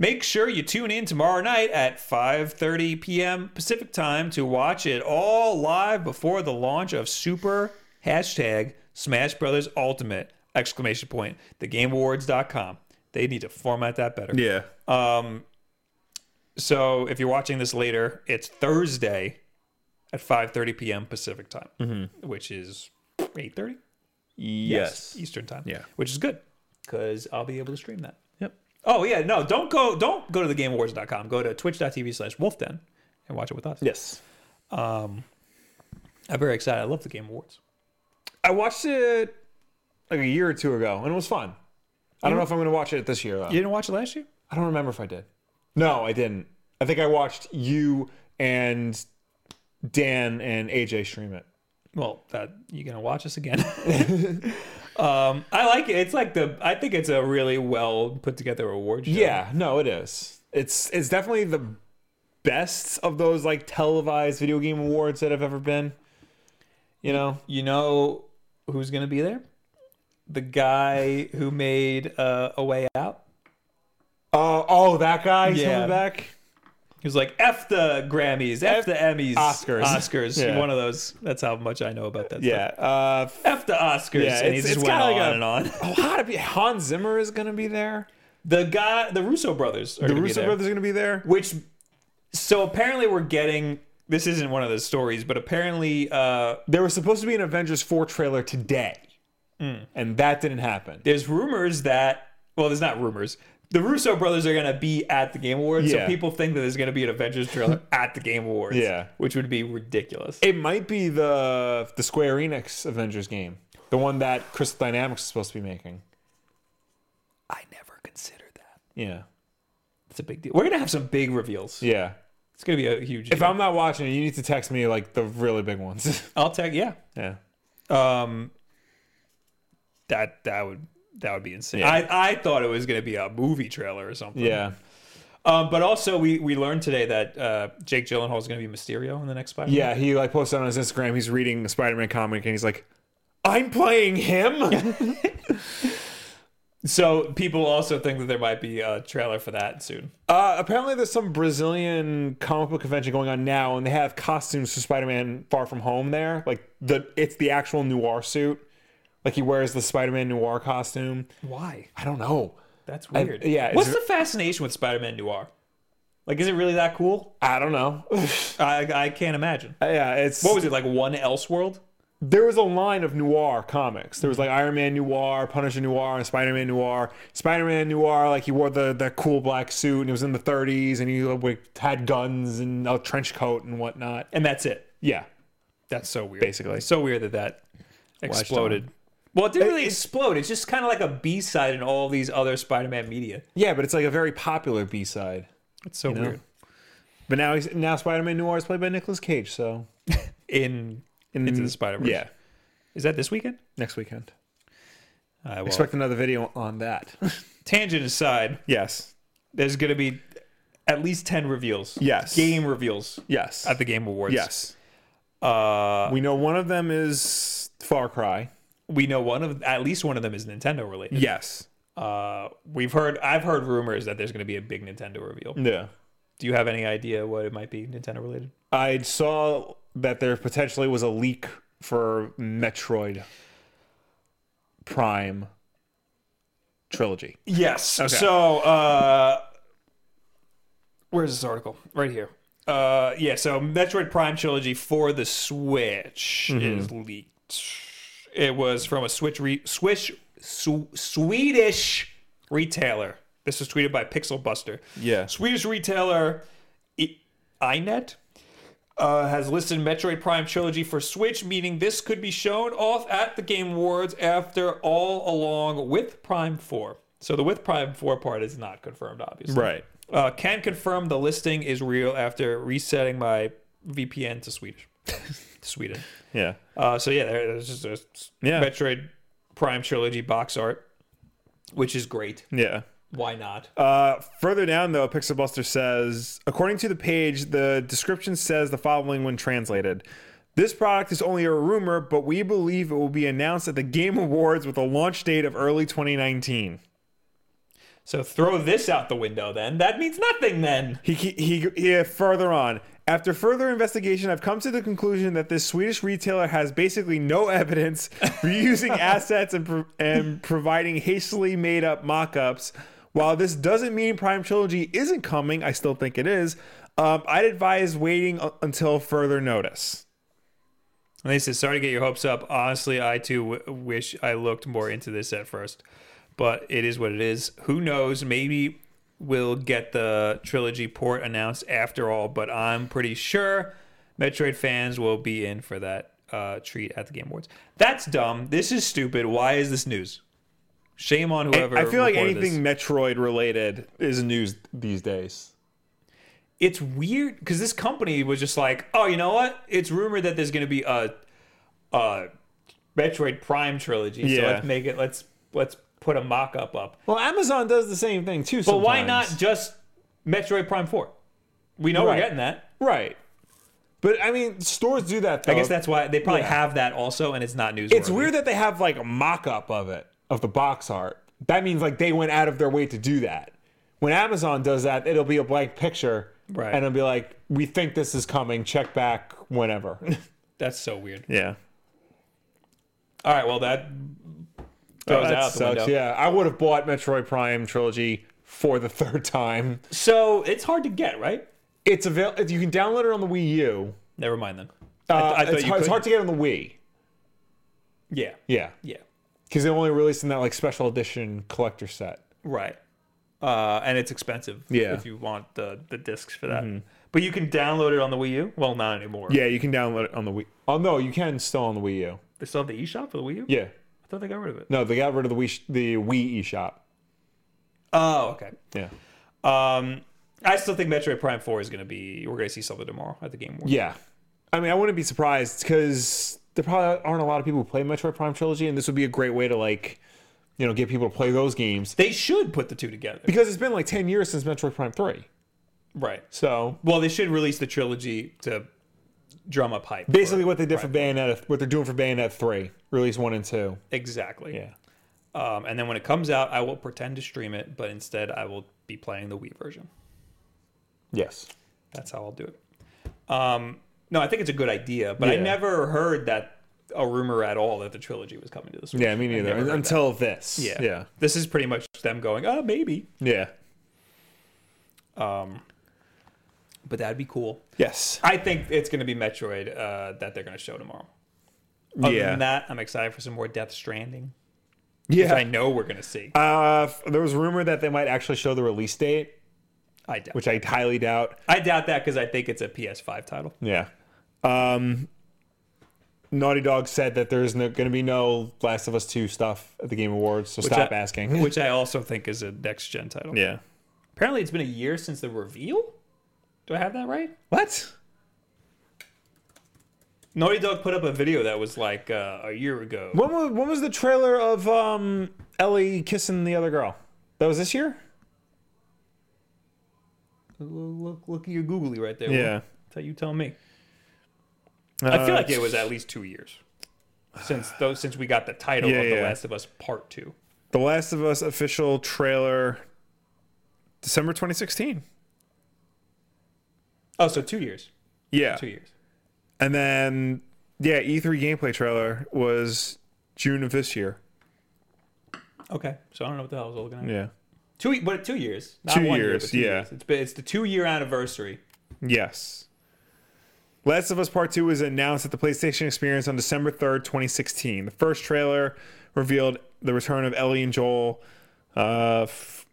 Make sure you tune in tomorrow night at 5:30 p.m. Pacific time to watch it all live before the launch of Super hashtag Smash Brothers Ultimate exclamation point thegameawards.com. They need to format that better. Yeah. So if you're watching this later, it's Thursday at 5:30 p.m. Pacific time, which is 8:30 Mm-hmm. Yes. Eastern time. Yeah. which is good because I'll be able to stream that. Yep. Oh yeah, no, don't go, don't go to thegameawards.com. Go to twitch.tv/wolfden and watch it with us. Yes. I'm very excited. I love the Game Awards. I watched it like a year or two ago and it was fun. I don't know if I'm gonna watch it this year though. You didn't watch it last year? I don't remember if I did. No, I didn't. I think I watched you and Dan and AJ stream it. Well, that, you're gonna watch us [laughs] again. [laughs] um, I like it. It's like the. I think it's a really well put together award show. Yeah, no, it is. It's it's definitely the best of those like televised video game awards that have ever been. You know, You know who's going to be there? The guy who made uh, A Way Out. uh, oh, that guy he's Yeah. coming back. He was like, F the Grammys, F, the Emmys. Oscars. Oscars. Yeah. One of those. That's how much I know about that. Yeah, uh, Stuff. F the Oscars. Yeah, and he it's- just it's went on kinda like a- and on. oh, how to be Hans Zimmer is gonna be there. The guy, the Russo brothers are The gonna be Russo there. brothers are gonna be there. Which, so apparently we're getting, this isn't one of those stories, but apparently uh, There was supposed to be an Avengers four trailer today, Mm. and that didn't happen. there's rumors that well, there's not rumors. The Russo brothers are gonna be at the Game Awards, so Yeah. people think that there's gonna be an Avengers trailer at the Game Awards. Yeah. which would be ridiculous. It might be the the Square Enix Avengers game, the one that Crystal Dynamics is supposed to be making. I never considered that. Yeah, It's a big deal. We're gonna have some big reveals. yeah. It's gonna be a huge. If I'm not watching it, you need to text me like the really big ones. [laughs] I'll tag, yeah. yeah. Um, that that would that would be insane. Yeah. I I thought it was gonna be a movie trailer or something. Yeah. Um, but also, we, we learned today that uh, Jake Gyllenhaal is going to be Mysterio in the next Spider-Man. Yeah, he like posted on his Instagram. He's reading a Spider-Man comic and he's like, "I'm playing him." [laughs] So people also think that there might be a trailer for that soon. uh, apparently, there's some Brazilian comic book convention going on now, and they have costumes for Spider-Man Far From Home there. Like the it's the actual noir suit. Like he wears the Spider-Man noir costume. Why? I don't know. That's weird. yeah, it's What's ve- the fascination with Spider-Man Noir? Like, is it really that cool? I don't know. [laughs] I I can't imagine. yeah, it's What was it like? One Elseworld? there was a line of noir comics. There was like Iron Man noir, Punisher noir, and Spider Man noir. Spider Man noir, like he wore the that cool black suit and it was in the 30s, and he uh, like, had guns and a trench coat and whatnot. And that's it. Yeah, That's so weird. Basically. so weird that that exploded. Well, it didn't really explode. It's just kind of like a B side in all these other Spider-Man media. yeah, but it's like a very popular B side. It's so weird. But now he's now Spider Man noir is played by Nicolas Cage, so In in, Into the Spider-Verse. Yeah, is that this weekend? next weekend. I will. Expect another video on that. [laughs] Tangent aside, yes, there's going to be at least ten reveals. Yes. game reveals yes, at the Game Awards. yes. Uh, we know one of them is Far Cry. we know one of at least one of them is Nintendo related. Yes. Uh, we've heard I've heard rumors that there's going to be a big Nintendo reveal. Yeah. Do you have any idea what it might be Nintendo related? I saw that there potentially was a leak for Metroid Prime trilogy. Yes. So uh, where's this article? Right here. Uh, yeah. So Metroid Prime trilogy for the Switch is leaked. It was from a Switch re- Swish Sw- Swedish retailer. This was tweeted by Pixel Buster. Yeah. Swedish retailer I- iNet uh, has listed Metroid Prime Trilogy for Switch, meaning this could be shown off at the Game Awards after all along with Prime 4. So the with Prime 4 part is not confirmed, obviously. Right. Uh, can confirm the listing is real after resetting my VPN to [laughs] Swedish. Sweden. Yeah. Uh, so yeah, there- there's just a s- Yeah. Metroid Prime Trilogy box art, which is great. Yeah. Why not? Uh, further down, though, Pixelbuster says, according to the page, the description says the following when translated. This product is only a rumor, but we believe it will be announced at the Game Awards with a launch date of early 2019. So throw this out the window then. That means nothing then. He, he, he, he uh, further on. After further investigation, I've come to the conclusion that this Swedish retailer has basically no [laughs] evidence for [laughs] using assets and, pro- and providing hastily made up mock ups. While this doesn't mean Prime Trilogy isn't coming, I still think it is. Um, I'd advise waiting u- until further notice. And they said, sorry to get your hopes up. Honestly, I too w- wish I looked more into this at first, but it is what it is. Who knows? Maybe we'll get the trilogy port announced after all, but I'm pretty sure Metroid fans will be in for that uh, treat at the Game Awards. That's dumb. This is stupid. Why is this news? Shame on whoever. I feel like reported this. anything Metroid related is news these days. it's weird because this company was just like, oh, you know what? It's rumored that there's going to be a, a Metroid Prime trilogy. So Yeah. let's make it. Let's let's put a mock up up. Well, Amazon does the same thing too. But why not just Metroid Prime Four? We know Right. we're getting that. Right. But I mean, stores do that. Though. I guess that's why they probably Yeah. have that also, and it's not news. It's weird that they have like a mock up of it, of the box art. That means like they went out of their way to do that. When Amazon does that, it'll be a blank picture. Right. And it'll be like, we think this is coming, check back whenever. That's so weird. [laughs] Yeah. All right, well that goes Oh, that out the sucks. window. Yeah. I would have bought Metroid Prime Trilogy for the third time. So it's hard to get, right? It's available, you can download it on the Wii U. Never mind then. Uh, I thought it's, you hard, it's could. hard to get on the Wii. Yeah, Yeah. yeah, Because they only released in that like special edition collector set. right. Uh, and it's expensive. Yeah. Mm-hmm. if you want the the discs for that. But you can download it on the Wii U. Well, not anymore. Yeah, you can download it on the Wii. Oh, no, you can still on the Wii U. They still have the eShop for the Wii U? Yeah. I thought they got rid of it. No, they got rid of the Wii, the Wii eShop. Oh, okay. Yeah. Um, I still think Metroid Prime 4 is going to be, we're going to see something tomorrow at the Game Awards. Yeah. I mean, I wouldn't be surprised because there probably aren't a lot of people who play Metroid Prime Trilogy, and this would be a great way to, like, you know, get people to play those games. They should put the two together. Because it's been like 10 years since Metroid Prime 3. Right. So Well, they should release the trilogy to drum up hype. for- basically, what they did for Bayonetta, what they're doing for Bayonetta three, release one and two. exactly. Yeah. Um, and then when it comes out, I will pretend to stream it, but instead I will be playing the Wii version. Yes. That's how I'll do it. Um, no, I think it's a good idea, but I Yeah. never heard that a rumor at all that the trilogy was coming to the Switch. Yeah, me I neither. never heard Until this. that. yeah, Yeah. This is pretty much them going, oh, maybe, Yeah. but that'd be cool. Yes. I think it's going to be Metroid uh, that they're going to show tomorrow. Other Yeah. than that, I'm excited for some more Death Stranding, which I Yeah. know we're going to see. Uh, f- there was rumor that they might actually show the release date, I doubt. which I highly doubt. I doubt that because I think it's a PS5 title. Yeah. Um, Naughty Dog said that there's no, going to be no Last of Us 2 stuff at the Game Awards, so stop I- asking. which I also think is a next gen title. yeah. Apparently, it's been a year since the reveal. Do I have that right? What? Naughty Dog put up a video that was like uh, a year ago. When was, when was the trailer of um, Ellie kissing the other girl? That was this year? Look, look at your googly right there. Yeah. Uh, that's how you tell me. I feel like it was at least two years since though since we got the title Yeah, of The yeah. Last of Us Part Two. The Last of Us official trailer, December 2016. Oh, so two years, Yeah. two years. And then, yeah, E3 gameplay trailer was June of this year. Okay, so I don't know what the hell I was looking at. Yeah. Two, but two years, not Two one year, years, but two yeah. years. It's been, it's the two year anniversary. Yes. Last of Us Part 2 was announced at the PlayStation Experience on December 3rd, 2016. The first trailer revealed the return of Ellie and Joel. Uh, f-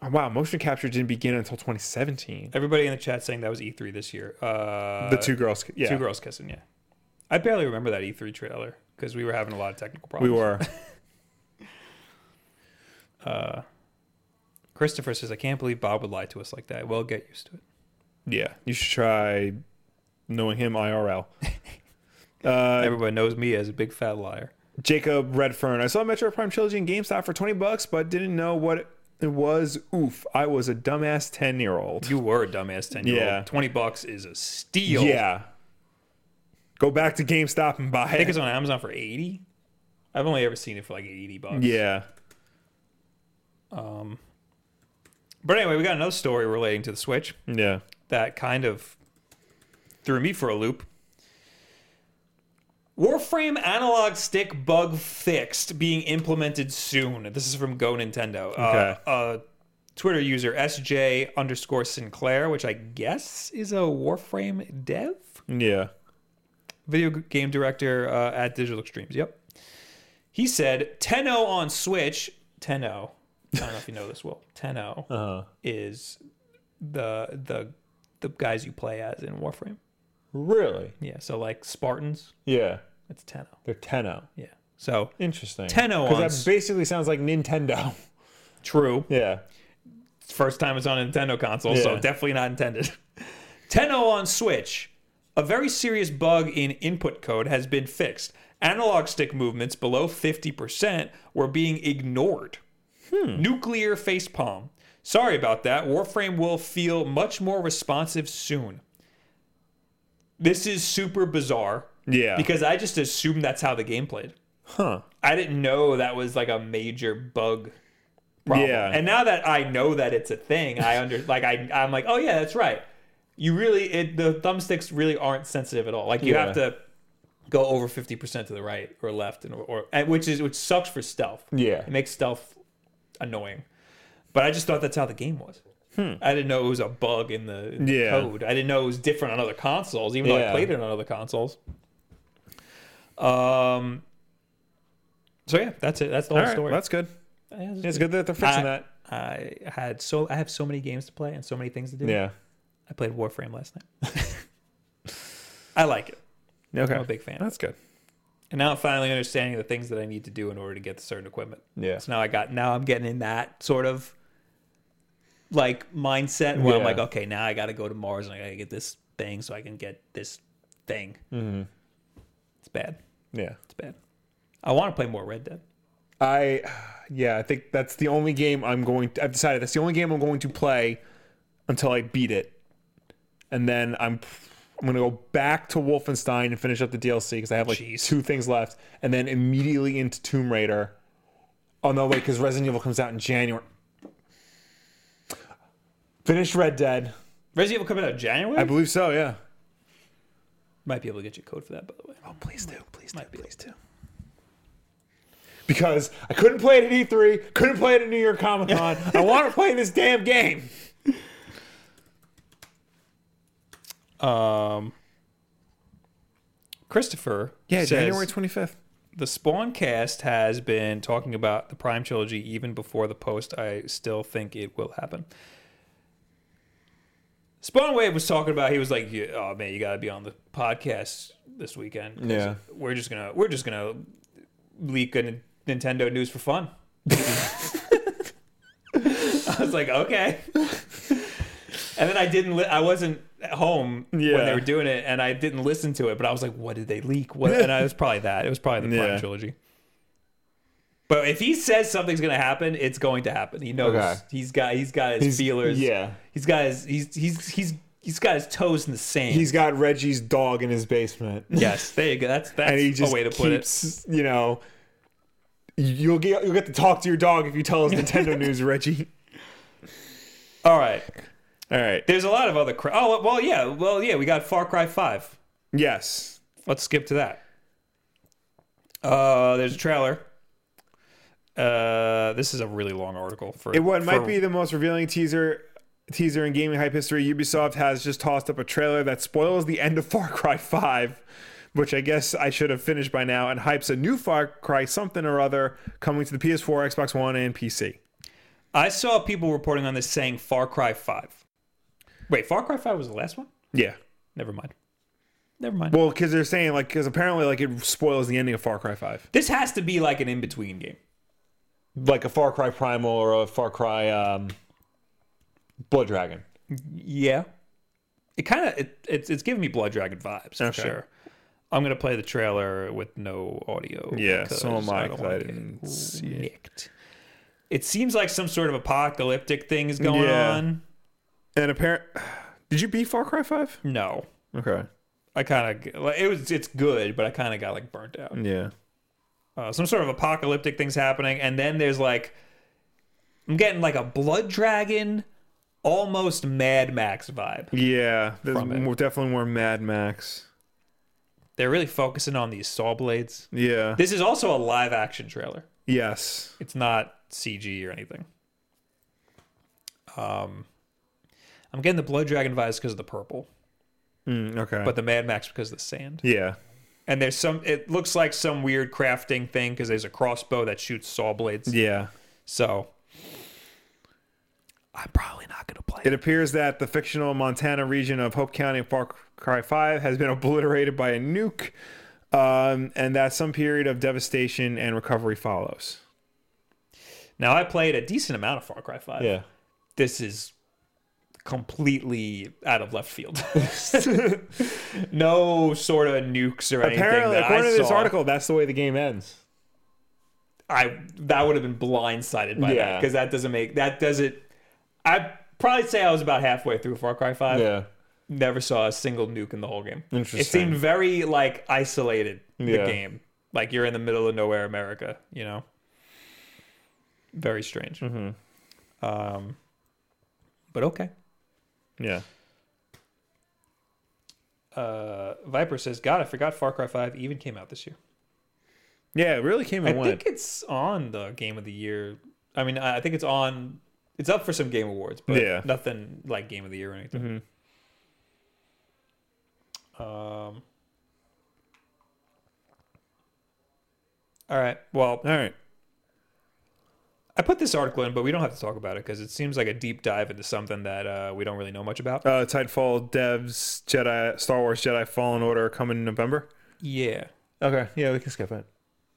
oh, wow, motion capture didn't begin until 2017. Everybody in the chat saying that was E3 this year. Uh, The two girls. Yeah. Two girls kissing, yeah. I barely remember that E3 trailer because we were having a lot of technical We problems. were. uh, Christopher says, I can't believe Bob would lie to us like that. Well, get used to it. yeah. You should try knowing [laughs] him IRL. Uh, Everybody knows me as a big fat liar. Jacob Redfern. I saw Metro Prime Trilogy in GameStop for 20 bucks, but didn't know what it was. Oof. I was a dumbass 10 year old. You were a dumbass 10 year Yeah. old. 20 bucks is a steal. Yeah. Go back to GameStop and buy I think it. it's on Amazon for 80. I've only ever seen it for like 80 bucks. Yeah. But anyway, we got another story relating to the Switch Yeah. that kind of threw me for a loop. Warframe analog stick bug fixed being implemented soon. This is from Go Nintendo. Okay. Uh, uh, Twitter user SJ underscore Sinclair, which I guess is a Warframe dev, Yeah. video game director uh, at Digital Extremes. Yep. He said 10 on Switch. 10 I don't know if you know this, Will. 10 [laughs] Uh-huh. is the the the guys you play as in Warframe. Really? Yeah, so like Spartans, Yeah. it's Tenno. They're 10 Yeah. So Interesting. 10-0 on Because s- that basically sounds like Nintendo. [laughs] true. Yeah. First time it's on a Nintendo console, so Yeah. definitely not intended. [laughs] Tenno on Switch. A very serious bug in input code has been fixed. Analog stick movements below 50% were being ignored. Hmm. Nuclear facepalm. Sorry about that. Warframe will feel much more responsive soon. This is super bizarre. Yeah. Because I just assumed that's how the game played. huh. I didn't know that was like a major bug problem. Yeah. And now that I know that it's a thing, I under [laughs] like I I'm like, oh yeah, that's right. You really it the thumbsticks really aren't sensitive at all. Like you Yeah. have to go over fifty percent to the right or left and or and which is which sucks for stealth. Yeah. It makes stealth annoying. But I just thought that's how the game was. I didn't know it was a bug in the in the Hmm. Yeah. code. I didn't know it was different on other consoles, even though I Yeah. played it on other consoles. Um. So yeah, that's it. That's the whole All right. story. That's good. Yeah, that's It's good. good that they're fixing I- that. I had so I have so many games to play and so many things to do. Yeah. I played Warframe last night. [laughs] I like it, Okay. I'm a big fan. That's good. and now I'm finally understanding the things that I need to do in order to get the certain equipment. Yeah. So now I got now I'm getting in that sort of like mindset where I'm Yeah. like, okay, now I got to go to Mars and I got to get this thing so I can get this thing. Mm-hmm. It's bad. Yeah. It's bad. I want to play more Red Dead. I yeah, I think that's the only game I'm going to I've decided that's the only game I'm going to play until I beat it, and then I'm I'm gonna go back to Wolfenstein and finish up the DLC because I have like Jeez. two things left, and then immediately into Tomb Raider. Oh no, wait, because Resident Evil comes out in January. Finish Red Dead. Resident Evil coming out in January. I believe so. Yeah. Might be able to get you code for that, by the way. Oh, please do. Please do. Might be able Please do. Because I couldn't play it at E3, couldn't play it at New York Comic [laughs] Con. I want to play this damn game. Um, Christopher. says, 25th. The Spawn cast has been talking about the Prime trilogy even before the post. I still think it will happen. Spawn Wave was talking about he was like, "Yeah, "Oh man, you got to be on the podcast this weekend." 'cause Yeah. we're just gonna we're just gonna leak a N- Nintendo news for fun. [laughs] I was like, okay. And then I didn't. Li- I wasn't at home when Yeah. they were doing it, and I didn't listen to it. But I was like, "What did they leak?" What? And I was probably that. It was probably the Prime Yeah. trilogy. But if he says something's going to happen, it's going to happen. He knows. Okay. He's got. He's got his He's- feelers. yeah. He's got his. He's he's he's he's got his toes in the sand. He's got Reggie's dog in his basement. yes. There you go. That's that's And he just a way to put it. keeps, you know, you'll get, you'll get to talk to your dog if you tell [laughs] us Nintendo news, Reggie. All right. All right. There's a lot of other. Cra- oh well, yeah. Well, yeah. We got Far Cry Five. Yes. Let's skip to that. Uh, there's a trailer. Uh, this is a really long article for It what for- might be the most revealing teaser teaser in gaming hype history. Ubisoft has just tossed up a trailer that spoils the end of Far Cry 5, which I guess I should have finished by now, and hypes a new Far Cry something or other coming to the PS4, Xbox One, and PC. I saw people reporting on this saying Far Cry Five. Wait, Far Cry Five was the last one. Yeah. Never mind. Never mind. Well, because they're saying like because apparently like it spoils the ending of Far Cry 5, this has to be like an in between game. like a Far Cry Primal or a Far Cry um, Blood Dragon. Yeah. It kind of it, it's it's giving me Blood Dragon vibes for Okay. sure. I'm gonna play the trailer with no audio. Yeah, so because am I, don't 'cause I wanna didn't get see it. nicked. It seems like some sort of apocalyptic thing is going Yeah. on. And apparent, [sighs] did you beat Far Cry 5? No, Okay. I kind of it was it's good, but I kind of got like burnt out. Yeah. Uh, some sort of apocalyptic things happening, and then there's like I'm getting like a blood dragon, almost Mad Max vibe. Yeah. There's From it. more, definitely more Mad Max. They're really focusing on these saw blades. Yeah. This is also a live action trailer. Yes. It's not CG or anything. Um, I'm getting the Blood Dragon vibes because of the purple, Mm, okay. but the Mad Max because of the sand. yeah. And there's some. It looks like some weird crafting thing because there's a crossbow that shoots saw blades. Yeah. So I'm probably not gonna play. It appears that the fictional Montana region of Hope County in Far Cry 5 has been [laughs] obliterated by a nuke, um, and that some period of devastation and recovery follows. Now I played a decent amount of Far Cry Five. This is completely out of left [laughs] field. [laughs] no sort of nukes or anything. Apparently, that according I to this saw. article, that's the way the game ends. I that would have been blindsided by that Yeah. because that doesn't make that doesn't. I probably say I was about halfway through Far Cry Five. Never saw a single nuke in the whole game. It Interesting. seemed very like isolated. Yeah. The game, like you're in the middle of nowhere, America. You know, very strange. Mm-hmm. Um, but okay. Yeah. Uh, Viper says, "God, I forgot Far Cry Five even came out this year. Yeah, it really came I and went. think it's on the Game of the Year. I mean, I I think it's on. It's up for some Game Awards, but Yeah. nothing like Game of the Year or anything. Mm-hmm. Um. All right. Well, All right. I put this article in, but we don't have to talk about it because it seems like a deep dive into something that uh, we don't really know much about. Uh, Tidefall devs Jedi Star Wars Jedi Fallen Order coming in November. Yeah, Okay. Yeah, we can skip it.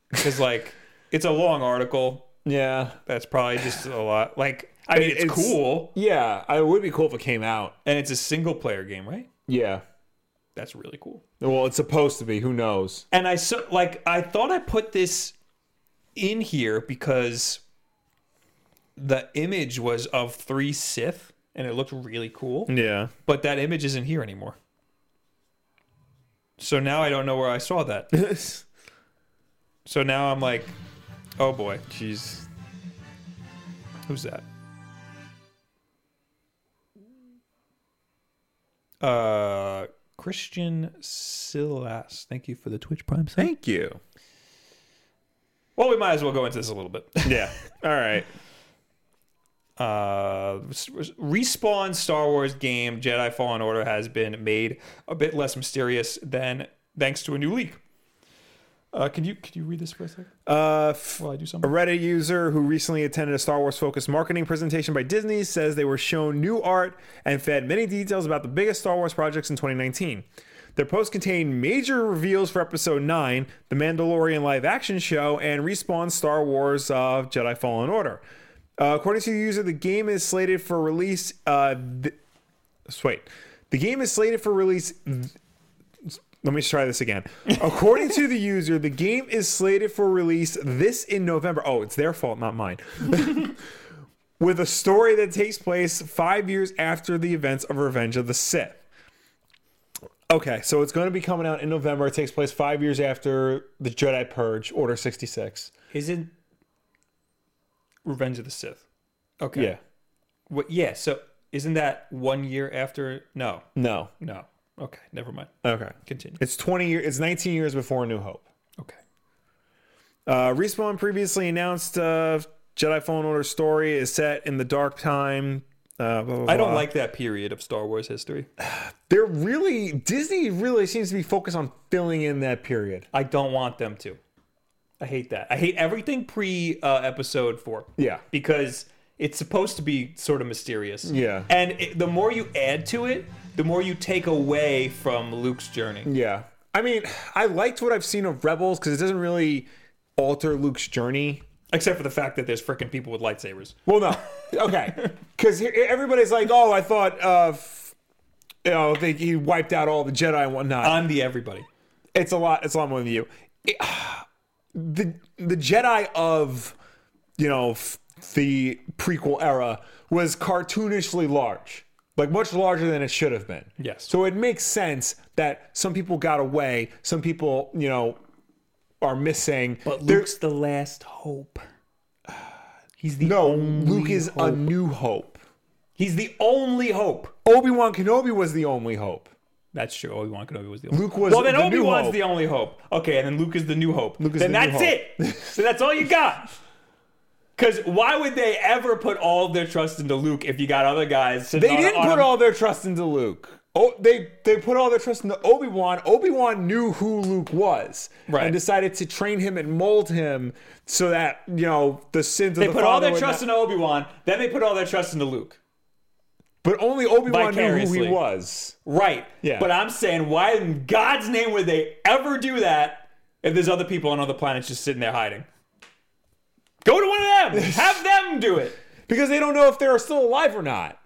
because like it's a long article. Yeah. That's probably just a lot. Like, I mean, It- it's, it's- cool, Yeah, I would be cool if it came out. and it's a single player game, right? Yeah. That's really cool. Well, it's supposed to be. Who knows? And I so like I thought I put this in here because the image was of three Sith and it looked really cool. Yeah. But that image isn't here anymore. So now I don't know where I saw that. So now I'm like, oh boy, Jeez. who's that? Uh, Christian Silas. Thank you for the Twitch Prime sub. Thank you. Well, we might as well go into this a little bit. [laughs] Yeah. All right. uh, respawn Star Wars game Jedi Fallen Order has been made a bit less mysterious than thanks to a new leak. Uh, can you can you read this for a second Uh, f- while I do A something? Reddit user who recently attended a Star Wars focused marketing presentation by Disney says they were shown new art and fed many details about the biggest Star Wars projects in 2019. Their post contained major reveals for Episode 9, the Mandalorian live action show, and Respawn's Star Wars uh, Jedi Fallen Order. Uh, according to the user, the game is slated for release. Uh, th- wait. The game is slated for release let me try this again. According to the user, the game is slated for release this in November. Oh, it's their fault, not mine. [laughs] With a story that takes place five years after the events of Revenge of the Sith. Okay, so it's going to be coming out in November. It takes place five years after the Jedi Purge, Order 66. Isn't Revenge of the Sith? Okay. Yeah. What, yeah. So isn't that one year after? No. No. No. Okay. Never mind. Okay. Continue. It's 20 years, it's 19 years before A New Hope. Okay. Uh, Respawn previously announced uh, Jedi Fallen Order story is set in the dark time. Uh, blah, blah, I don't blah. like that period of Star Wars history. They're really Disney. Really seems to be focused on filling in that period. I don't want them to. I hate that. I hate everything pre uh, episode four. Yeah. Because it's supposed to be sort of mysterious. Yeah. And it, the more you add to it, the more you take away from Luke's journey. Yeah. I mean, I liked what I've seen of Rebels because it doesn't really alter Luke's journey. Except for the fact that there's freaking people with lightsabers. Well, no. [laughs] Okay. Because everybody's like, oh, I thought, uh, f- you know, they, he wiped out all the Jedi and whatnot. I'm the everybody. it's a lot. It's a lot more than you. It- the the Jedi of you know f- the prequel era was cartoonishly large, like much larger than it should have been. Yes. So it makes sense that some people got away, some people you know are missing. There- the last hope. [sighs] He's the no, Luke is a new hope. He's the only hope. Obi Wan Kenobi was the only hope. That's true. Obi Wan Kenobi was the only Luke was Well, then the new Obi Wan's hope. the only hope. Okay, and then Luke is the new hope. is then the new that's it. so that's all you [laughs] got. Because why would they ever put all their trust into Luke if you got other guys? They didn't put all their trust into Luke. Oh, they they put all their trust into Obi Wan. Obi Wan knew who Luke was, Right. And decided to train him and mold him so that you know the sins of They the put all father their would trust not- into Obi Wan. Then they put all their trust into Luke. but only Obi Wan knew who Vicariously. he was. Right. Yeah. But I'm saying, why in God's name would they ever do that if there's other people on other planets just sitting there hiding? Go to one of [laughs] them. Have them do it. Because they don't know if they're still alive or not.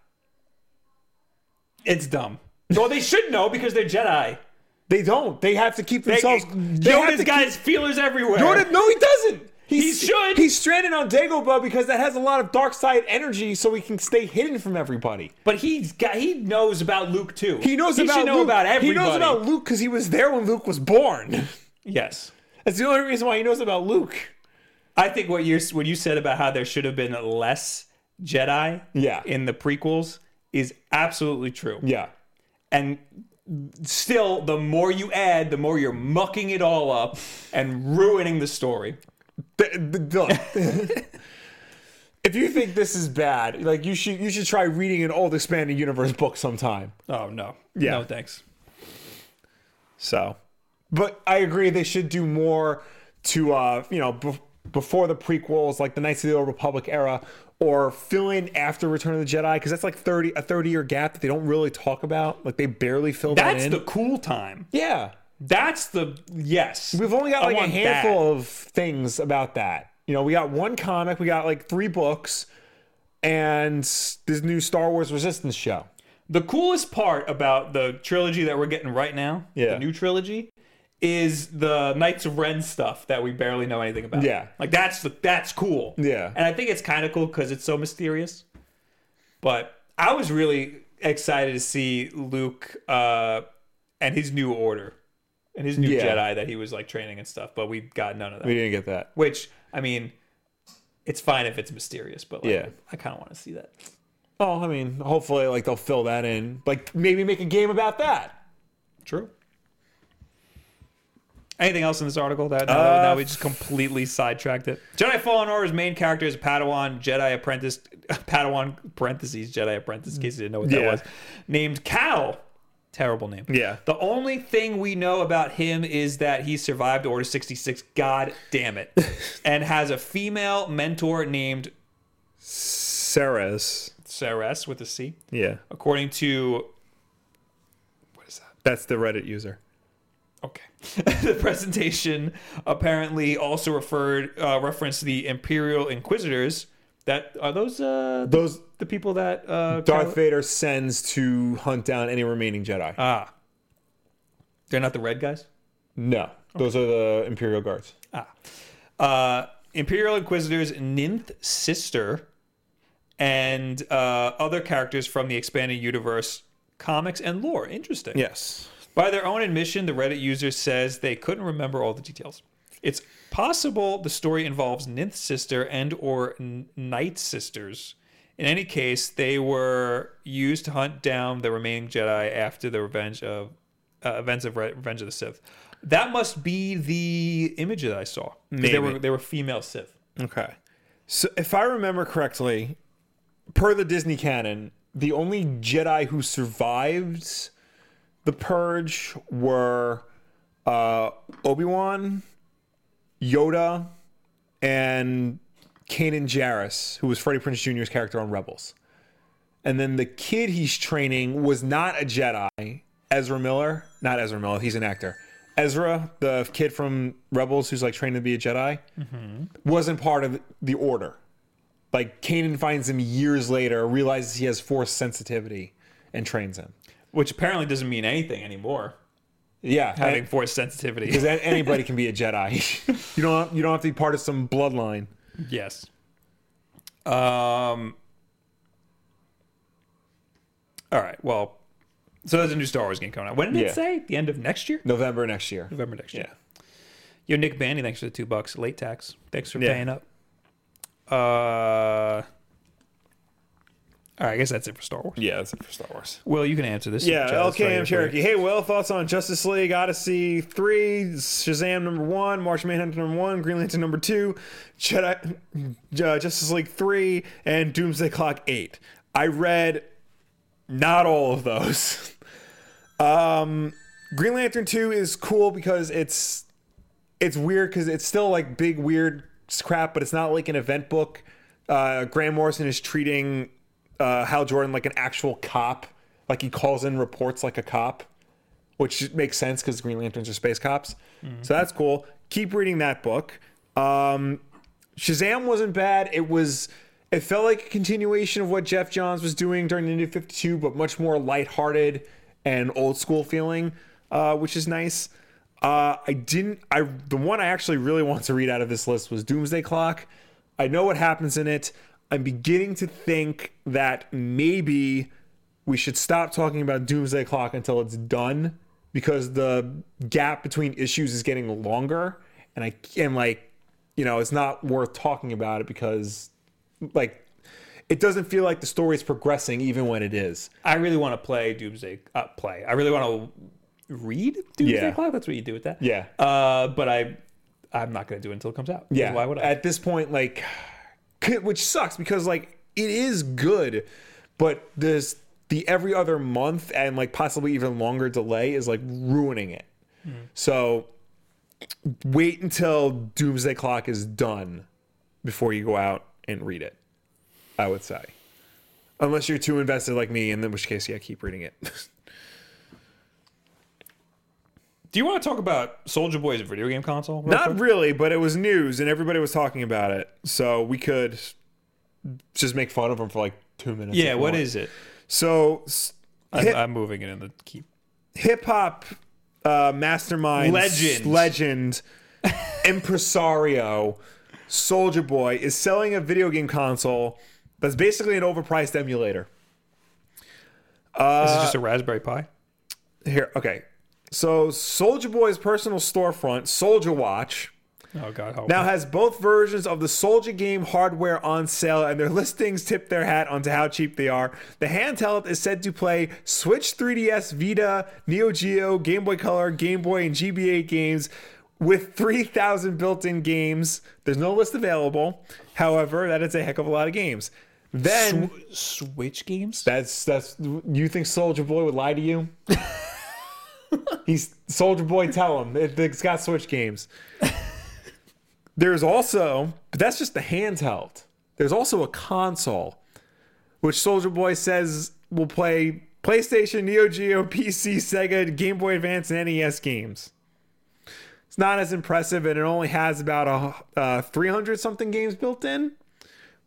It's dumb. Well, they should know because they're Jedi. They don't. They have to keep They, themselves. they have Yoda's to got his feelers everywhere. Yoda- no, he doesn't. He's- He should. He's stranded on Dagobah because that has a lot of dark side energy, so he can stay hidden from everybody. but he's got he knows about Luke too. He knows he about should know Luke. about everybody. He knows about Luke because he was there when Luke was born. [laughs] yes. That's the only reason why he knows about Luke. I think what you what you said about how there should have been less Jedi Yeah. in the prequels is absolutely true. Yeah. And still, the more you add, the more you're mucking it all up and ruining the story. [laughs] if you think this is bad, like you should you should try reading an old expanded universe book sometime. Oh no. Yeah. No thanks. So, but I agree they should do more to uh, you know, bef before the prequels like the Knights of the Old Republic era or fill in after Return of the Jedi cuz that's like 30 a 30 year gap that they don't really talk about. Like they barely fill That's that in. the cool time. yeah. That's the yes. We've only got I like a want handful of things about that. You know, we got one comic, we got like three books, and this new Star Wars Resistance show. The coolest part about the trilogy that we're getting right now, Yeah. the new trilogy, is the Knights of Ren stuff that we barely know anything about. Yeah. like that's the, that's cool. Yeah. and I think it's kind of cool because it's so mysterious. But I was really excited to see Luke uh, and his new order and his new Yeah. Jedi that he was like training and stuff, but we got none of that. We didn't get that. Which I mean, it's fine if it's mysterious, but like, Yeah. I kind of want to see that. Well, I mean, hopefully, like they'll fill that in. Like maybe make a game about that. True. Anything else in this article that now, Uh, now we just completely sidetracked it? Jedi Fallen Order's main character is a Padawan Jedi apprentice, [laughs] Padawan parentheses Jedi apprentice. In case you didn't know what that Yeah. was, named Cal. Terrible name. Yeah. The only thing we know about him is that he survived Order 66. God damn [laughs] it. and has a female mentor named Ceres. Ceres with a C. Yeah, According to that's the Reddit user. Okay. [laughs] the presentation apparently also referred uh, referenced the Imperial Inquisitors. That are those uh, the, Those the people that uh, Darth Kylo- Vader sends to hunt down any remaining Jedi. ah, they're not the red guys. Ah. no, those are the Imperial Guards. Uh, Imperial Inquisitors, Ninth Sister, and uh, other characters from the expanded universe comics and lore. Interesting. Yes. By their own admission, the Reddit user says they couldn't remember all the details. It's possible the story involves Ninth sister and or N- Night sisters. In any case, they were used to hunt down the remaining Jedi after the revenge of uh, events of Re- Revenge of the Sith. That must be the image that I saw. 'Cause They Maybe. were they were female Sith. Okay. So if I remember correctly, per the Disney canon, the only Jedi who survived the purge were uh, Obi-Wan, Yoda, and Kanan Jarrus, who was Freddie Prince Jr.'s character on Rebels. And then the kid he's training was not a Jedi, Ezra Miller. Not Ezra Miller, he's an actor. Ezra, the kid from Rebels who's like trained to be a Jedi, wasn't part of the order. Like Kanan finds him years later, realizes he has force sensitivity, and trains him. Which apparently doesn't mean anything anymore. Yeah, Having force sensitivity. because anybody can be a [laughs] Jedi. you don't you don't have to be part of some bloodline. yes. Um. All right. Well, so there's a new Star Wars game coming out. When did Yeah. it say? The end of next year? November next year. November next year. Yeah. Yo, Nick Bandy, thanks for the two bucks. Late tax. Thanks for Yeah. paying up. Uh. All right, I guess that's it for Star Wars. Yeah, that's it for Star Wars. Well, you can answer this. Yeah, Chad, that's right here LKM for you. Cherokee. Hey, Will, thoughts on Justice League, Odyssey 3, Shazam number 1, March Manhunter number 1, Green Lantern number 2, Jedi, uh, Justice League 3, and Doomsday Clock 8. I read not all of those. [laughs] um, Green Lantern 2 is cool because it's it's weird because it's still like big weird crap, but it's not like an event book. Uh, Graham Morrison is treating uh, Hal Jordan like an actual cop, like he calls in reports like a cop, which makes sense because Green Lanterns are space cops. So that's cool. Keep reading that book. Um, Shazam wasn't bad. It was. It felt like a continuation of what Jeff Johns was doing during the New 52, but much more lighthearted and old school feeling, uh, which is nice. Uh, I didn't. I the one I actually really want to read out of this list was Doomsday Clock. I know what happens in it. I'm beginning to think that maybe we should stop talking about Doomsday Clock until it's done because the gap between issues is getting longer, and I and like you know it's not worth talking about it because like it doesn't feel like the story's progressing even when it is. I really want to play Doomsday. Uh, play. I really want to read Doomsday Yeah. Clock. That's what you do with that. Yeah. Uh, but I, I'm not going to do it until it comes out. 'Cause Yeah. Why would I? At this point, like, which sucks because like it is good, but this the every other month and like possibly even longer delay is like ruining it. Mm-hmm. So wait until Doomsday Clock is done before you go out and read it. I would say, unless you're too invested like me, in which case, yeah, keep reading it. [laughs] do you want to talk about Soldier Boy's video game console? real quick? Not really, but it was news and everybody was talking about it. So we could just make fun of him for like two minutes. Yeah. if we What want. is it? so I'm, hip I'm moving it in the key. hip hop uh, mastermind Legend. [laughs] legend impresario Soldier Boy is selling a video game console that's basically an overpriced emulator. this is just a Raspberry Pi. Here, okay. So Soldier Boy's personal storefront, Soldier Watch, Oh God, help now has both versions of the Soldier game hardware on sale, and their listings tip their hat onto how cheap they are. The handheld is said to play Switch 3DS, Vita, Neo Geo, Game Boy Color, Game Boy, and GBA games with 3,000 built in games. There's no list available. However, that is a heck of a lot of games. Then. me. Switch games. That's that's. You think Soldier Boy would lie to you? [laughs] He's Soldier Boy. Tell him it, it's got Switch games. There's also, but that's just the handheld. There's also a console, which Soldier Boy says will play PlayStation, Neo Geo, PC, Sega, Game Boy Advance, and NES games. It's not as impressive, and it only has about a uh, 300 something games built in.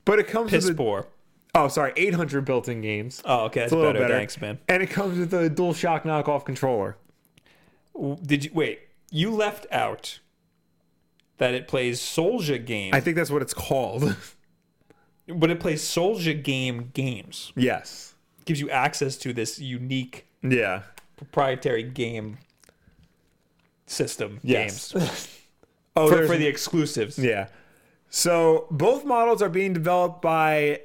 But it comes Piss with a, poor. oh sorry 800 built in games. Oh, okay, that's It's a little better. Thanks, man. And it comes with a DualShock knockoff controller. W- Did you wait? You left out that it plays Soldier game, I think that's what it's called. [laughs] but it plays Soldier game games. yes. gives you access to this unique Yeah. proprietary game system. Games Games. [laughs] oh, for, there's- for the exclusives. yeah. So both models are being developed by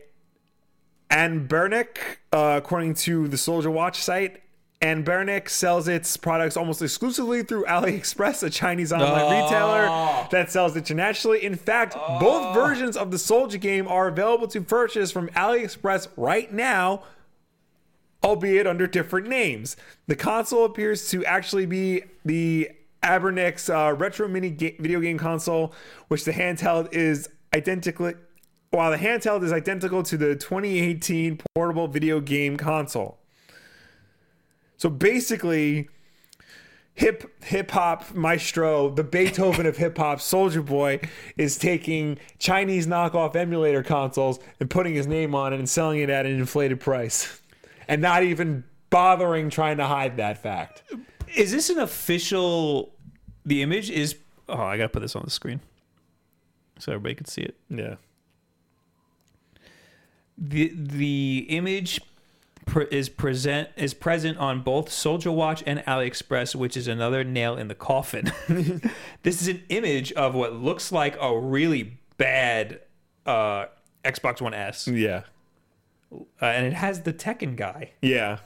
Ann Bernick, uh, according to the Soldier Watch site. Ann Bernick sells its products almost exclusively through AliExpress, a Chinese online Oh. retailer that sells internationally. In fact, Ah. both versions of the Soldier game are available to purchase from AliExpress right now, albeit under different names. The console appears to actually be the Abernix uh, retro mini ga- video game console, which the handheld is identically. While the handheld is identical to the 2018 portable video game console, so basically, hip hip hop maestro, the Beethoven of hip hop, Soldier Boy, is taking Chinese knockoff emulator consoles and putting his name on it and selling it at an inflated price, [laughs] and not even bothering trying to hide that fact. Is this an official? The image is. Oh, I gotta put this on the screen so everybody can see it. Yeah. the the image pr is present is present on both Soldier Watch and AliExpress, which is another nail in the coffin. [laughs] this is an image of what looks like a really bad uh, Xbox One S, uh, Yeah. and it has the Tekken guy, Yeah.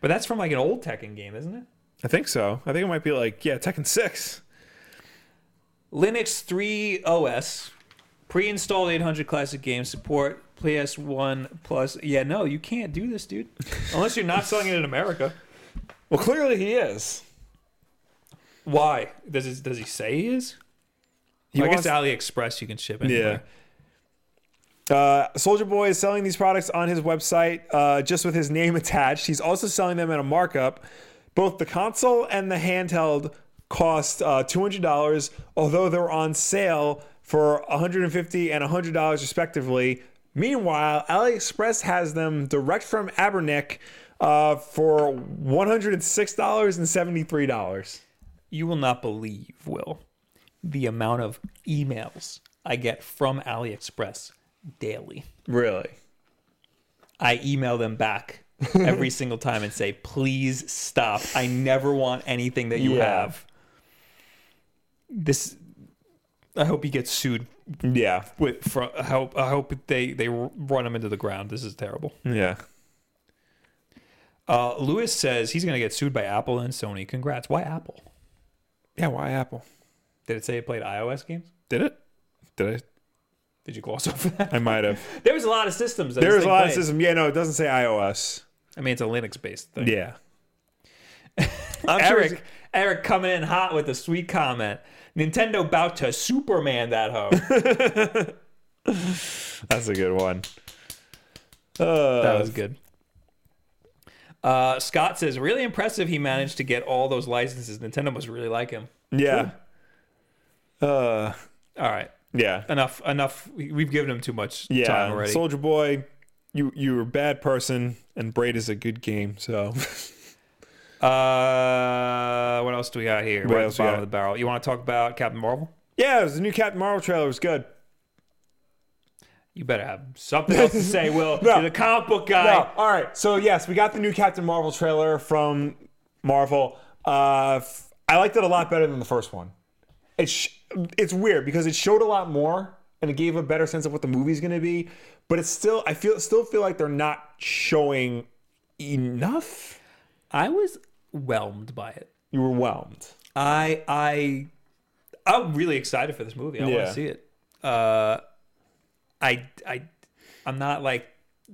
but that's from like an old Tekken game, isn't it? I think so. I think it might be like yeah, Tekken Six. Linux 3 OS, pre-installed 800 classic games support. PS1 Plus. Yeah, no, you can't do this, dude. Unless you're not selling it in America. Well, clearly he is. Why does it, does he say he is? He I wants- guess AliExpress you can ship anywhere. Uh, Soldier Boy is selling these products on his website uh, just with his name [laughs] attached. He's also selling them at a markup. Both the console and the handheld cost uh, $200, although they're on sale for $150 and $100 respectively. Meanwhile, AliExpress has them direct from Abernick uh, for $106 and $73. You will not believe, Will, the amount of emails I get from AliExpress daily. Really? I email them back [laughs] every single time and say, please stop. I never want anything that you Yeah. have. This I hope he gets sued Yeah. with for I hope I hope they, they run him into the ground. This is terrible. Yeah. Uh, Lewis says he's going to get sued by Apple and Sony. Congrats. Why Apple? Yeah, why Apple? Did it say it played iOS games? Did it? Did Did you gloss [laughs] over that? I? I might have. There was a lot of systems. That There this is a thing lot of played. system. Yeah, no, it doesn't say iOS. I mean, it's a Linux-based thing. Yeah. [laughs] I'm Eric- sure Eric coming in hot with a sweet comment. Nintendo bout to Superman that hoe. that That's a good one. Uh, was good. Uh, Scott says, really impressive. He managed to get all those licenses. Nintendo must really like him. yeah. Uh, All right, yeah. enough, enough. We- We've given him too much time Yeah. already. Soldier Boy, you you're a bad person, and Braid is a good game. So [laughs] uh, what else do we got here? What right at else the we bottom got? of the barrel. You want to talk about Captain Marvel? yeah, it was the new Captain Marvel trailer. It was good. You better have something else to say, Will. [laughs] No. You're the comic book guy. No, all right. So yes, we got the new Captain Marvel trailer from Marvel. Uh, f- I liked it a lot better than the first one. It's sh- it's weird because it showed a lot more and it gave a better sense of what the movie's going to be, but it's still I feel still feel like they're not showing enough. I was whelmed by it. You were whelmed. I I I'm really excited for this movie. I want Yeah. to see it. Uh, I I I'm not like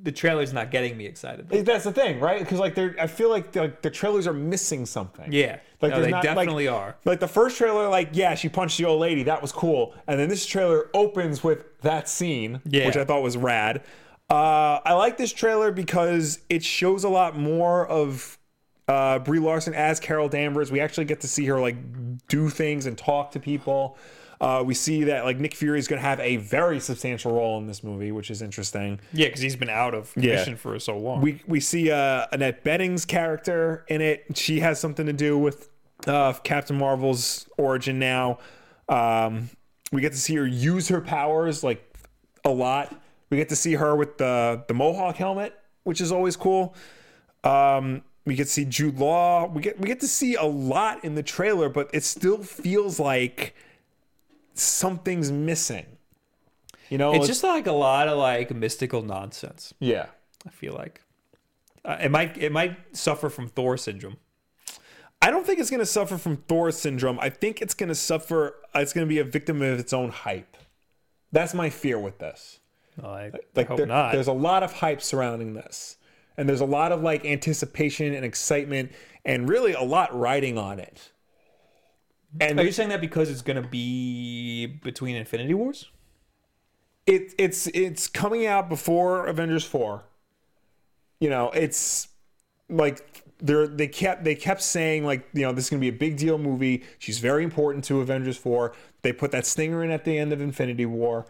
the trailer's not getting me excited. though. That's the thing, right? Because like they're I feel like the, like, the trailers are missing something. Yeah, no, Like there's they not, like- definitely are. Like the first trailer, like yeah, she punched the old lady. That was cool. And then this trailer opens with that scene, Yeah. which I thought was rad. Uh, I like this trailer because it shows a lot more of uh, Brie Larson as Carol Danvers. We actually get to see her like do things and talk to people. Uh, we see that like Nick Fury is going to have a very substantial role in this movie, which is interesting. Yeah, because he's been out of commission for so long. We we see uh, Annette Bedding's character in it. She has something to do with uh, Captain Marvel's origin now. Um, we get to see her use her powers like a lot. We get to see her with the the Mohawk helmet, which is always cool. Um, we get to see Jude Law. We get we get to see a lot in the trailer, but it still feels like something's missing. You know, it's just like a lot of like mystical nonsense. yeah. I feel like uh, it might it might suffer from Thor syndrome. I don't think it's going to suffer from Thor syndrome. I think it's going to suffer. It's going to be a victim of its own hype. That's my fear with this. No, I, I Like, hope there- not. there's a lot of hype surrounding this, and there's a lot of like anticipation and excitement, and really a lot riding on it. Are you saying that because it's gonna be between Infinity Wars? It it's it's coming out before Avengers four. You know, it's like they're they kept they kept saying like you know this is gonna be a big deal movie. She's very important to Avengers four. They put that stinger in at the end of Infinity War.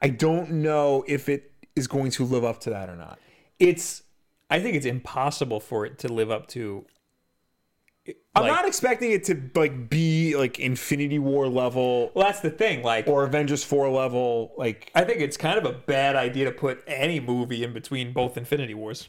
I don't know if it is going to live up to that or not. It's I think it's impossible for it to live up to. I'm Like- not expecting it to like be like Infinity War level Well, that's the thing. Like or Avengers four level. Like I think it's kind of a bad idea to put any movie in between both Infinity Wars.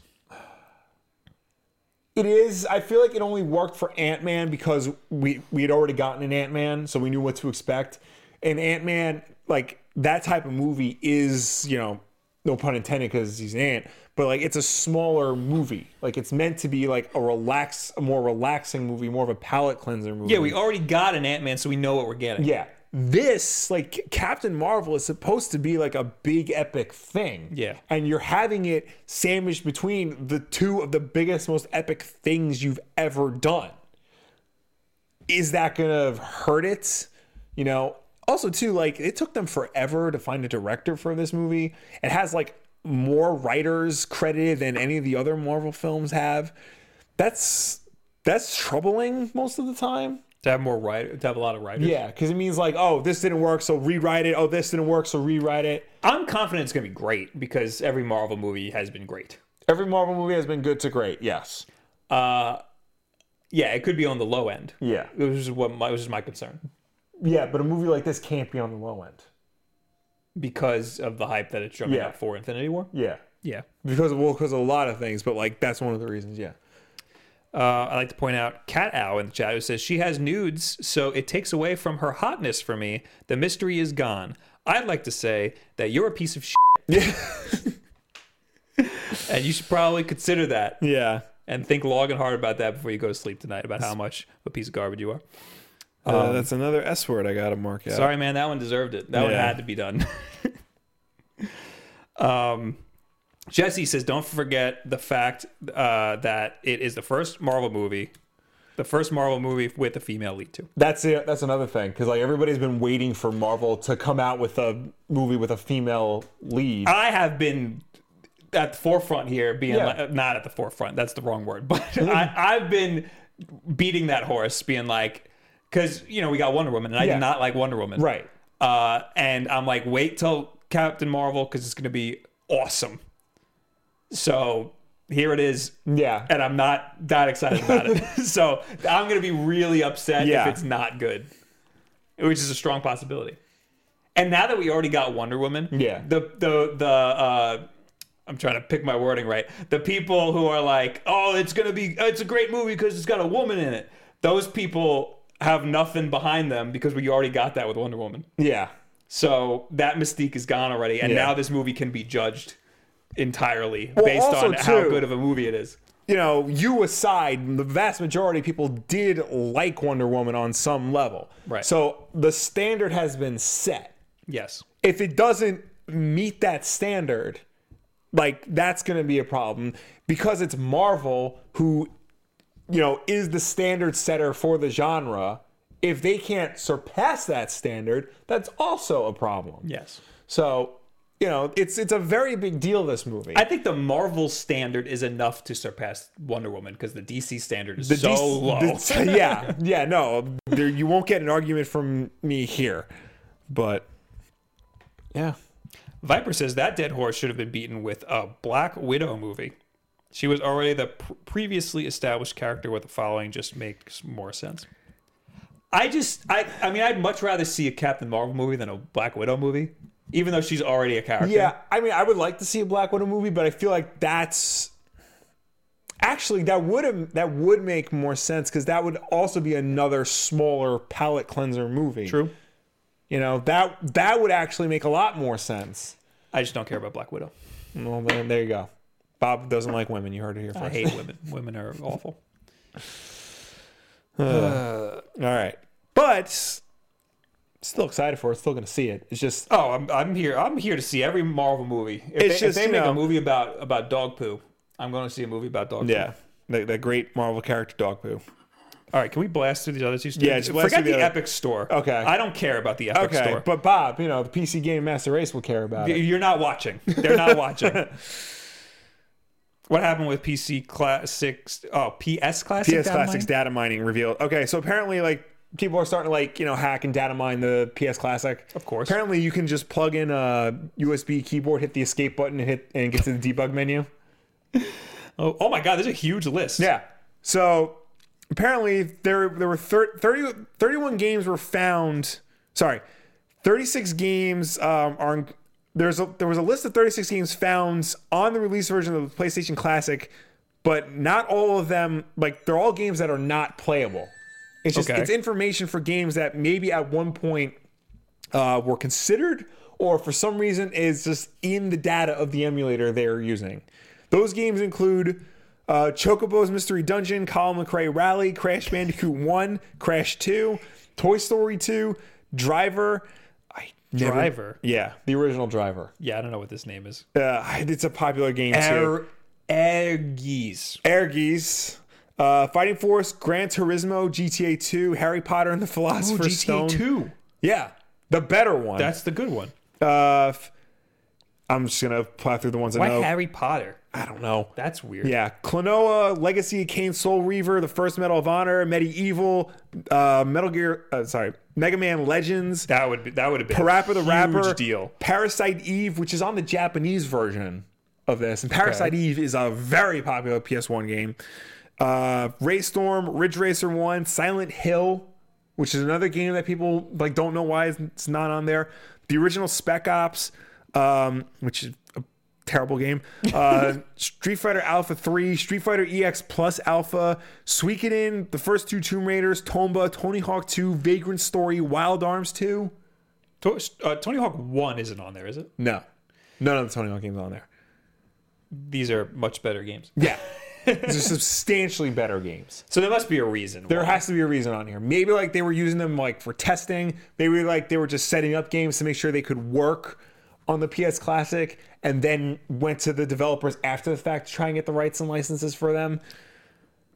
It is. I feel like it only worked for Ant Man because we we had already gotten an Ant Man, so we knew what to expect. And Ant Man, like that type of movie, is you know, no pun intended, because he's an ant. But like, it's a smaller movie. Like it's meant to be like a relax, a more relaxing movie, more of a palate cleanser movie. Yeah, we already got an Ant Man, so we know what we're getting. Mm. yeah. This like Captain Marvel is supposed to be like a big epic thing. Yeah. And you're having it sandwiched between the two of the biggest, most epic things you've ever done. Is that gonna hurt it? You know? Also, too, like it took them forever to find a director for this movie. It has like more writers credited than any of the other Marvel films have. That's that's troubling most of the time. To have more writer, to have a lot of writers. Yeah, because it means like, oh, this didn't work, so rewrite it. Oh, this didn't work, so rewrite it. I'm confident it's gonna be great because every Marvel movie has been great. Every Marvel movie has been good to great. Yes. Yeah, it could be on the low end. Yeah. Which is what my, which is my concern Yeah, but a movie like this can't be on the low end. because of the hype that it's jumping Yeah. up for Infinity War. Yeah. Yeah. Because well, because of a lot of things, but like that's one of the reasons. Yeah. Uh, I like to point out Cat Owl in the chat who says she has nudes, so it takes away from her hotness for me. The mystery is gone. I'd like to say that you're a piece of shit. and you should probably consider that Yeah. and think long and hard about that before you go to sleep tonight about how much of a piece of garbage you are. Uh, that's another S word I got to mark out. Sorry, man, that one deserved it. That one Yeah. had to be done. [laughs] um, Jesse says, "Don't forget the fact uh, that it is the first Marvel movie, the first Marvel movie with a female lead too." That's it. That's another thing because like everybody's been waiting for Marvel to come out with a movie with a female lead. I have been at the forefront here, being Yeah. like, not at the forefront. That's the wrong word, [laughs] [laughs] but I, I've been beating that horse, being like, because you know we got Wonder Woman, and I Yeah. did not like Wonder Woman, Right. Uh, and I'm like, wait till Captain Marvel because it's gonna be awesome. So here it is, Yeah. and I'm not that excited about [laughs] it. so I'm gonna be really upset Yeah. if it's not good, which is a strong possibility. And now that we already got Wonder Woman, Yeah. the the the uh, I'm trying to pick my wording right. The people who are like, oh, it's gonna be, it's a great movie because it's got a woman in it. Those people have nothing behind them because we already got that with Wonder Woman. Yeah. So that mystique is gone already, and Yeah. now this movie can be judged entirely Well, based also, on how too- good of a movie it is. You know, you aside, the vast majority of people did like Wonder Woman on some level. Right. So the standard has been set. Yes. if it doesn't meet that standard, like that's going to be a problem because it's Marvel who, you know, is the standard setter for the genre. If they can't surpass that standard, that's also a problem. Yes. So, you know, it's it's a very big deal. This movie. I think the Marvel standard is enough to surpass Wonder Woman because the DC standard is so DC low. [laughs] [laughs] the- yeah, yeah. No, there, you won't get an argument from me here, but yeah. Viper says that dead horse should have been beaten with a Black Widow movie. She was already the pr- previously established character with the following just makes more sense. I just I I mean I'd much rather see a Captain Marvel movie than a Black Widow movie, even though she's already a character. Yeah, I mean, I would like to see a Black Widow movie, but I feel like that's actually that would that would make more sense because that would also be another smaller palate cleanser movie. True. You know that that would actually make a lot more sense. I just don't care about Black Widow. Well, then there you go. Bob doesn't like women. You heard it here I first. hate women. women [laughs] are awful. All right, but still excited for it. Still going to see it. It's just Oh, I'm, I'm here. I'm here to see every Marvel movie. If, It's they, if just, they you make know- a movie about about dog poo, I'm going to see a movie about dog. yeah, that, that great Marvel character dog poo. Poo. All right, can we blast through these other two? Stores? Yeah, just blast forget through the, the other- Epic Store. Okay. I don't care about the Epic Okay, Store. but Bob, you know the PC Game Master Race will care about it. You're not watching. They're not [laughs] watching. what happened with PC Classics? Oh, PS Classics. PS Classics data mining revealed. Okay, so apparently, like people are starting to like you know hack and data mine the PS Classic. Of course. Apparently, you can just plug in a USB keyboard, hit the escape button, and hit and get to the debug menu. Oh, oh my God, there's a huge list. Yeah. So apparently, there there were thir- 30, 31 games were found. Sorry, thirty six games um, are. in- There's a, there was a list of 36 games found on the release version of the PlayStation Classic, but not all of them like they're all games that are not playable. It's just Okay. it's information for games that maybe at one point uh, were considered or for some reason is just in the data of the emulator they're using. Those games include uh, Chocobo's Mystery Dungeon, Colin McRae Rally, Crash Bandicoot 1, Crash 2, Toy Story 2, Driver. I never- Driver? Yeah, the original Driver. Yeah, I don't know what this name is. Uh, [laughs] it's a popular game too. Er, Ergies. Ergies. Uh, Fighting Force, Gran Turismo, GTA 2, Harry Potter and the Oh, Philosopher's Stone. GTA Two. Yeah, the better one. That's the good one. Uh, f- I'm just gonna plow through the ones I Why know. Harry Potter? I don't know. That's weird. Yeah, Klonoa, Legacy of Kain, Soul Reaver, the first Medal of Honor, Medieval, uh, Metal Gear. Uh, sorry, Mega Man Legends, That would be that would have been Parappa a the huge Rapper, deal. Parasite Eve, which is on the Japanese version of this, and Parasite Eve is a very popular PS1 game. Uh, Raystorm, Ridge Racer One, Silent Hill, which is another game that people like don't know why it's not on there. The original Spec Ops, um, which is a terrible game. Uh, [laughs] Street Fighter Alpha Three, Street Fighter EX Plus Alpha, Suikoden, the first two Tomb Raiders, Tomba, Tony Hawk Two, Vagrant Story, Wild Arms Two. To- uh, Tony Hawk One isn't on there, is it? No. None of the Tony Hawk games on there. These are much better games. [laughs] Yeah. These are substantially better games. So there must be a reason. There why. has to be a reason on here. Maybe like they were using them like for testing. Maybe like they were just setting up games to make sure they could work on the PS Classic and then went to the developers after the fact to try and get the rights and licenses for them.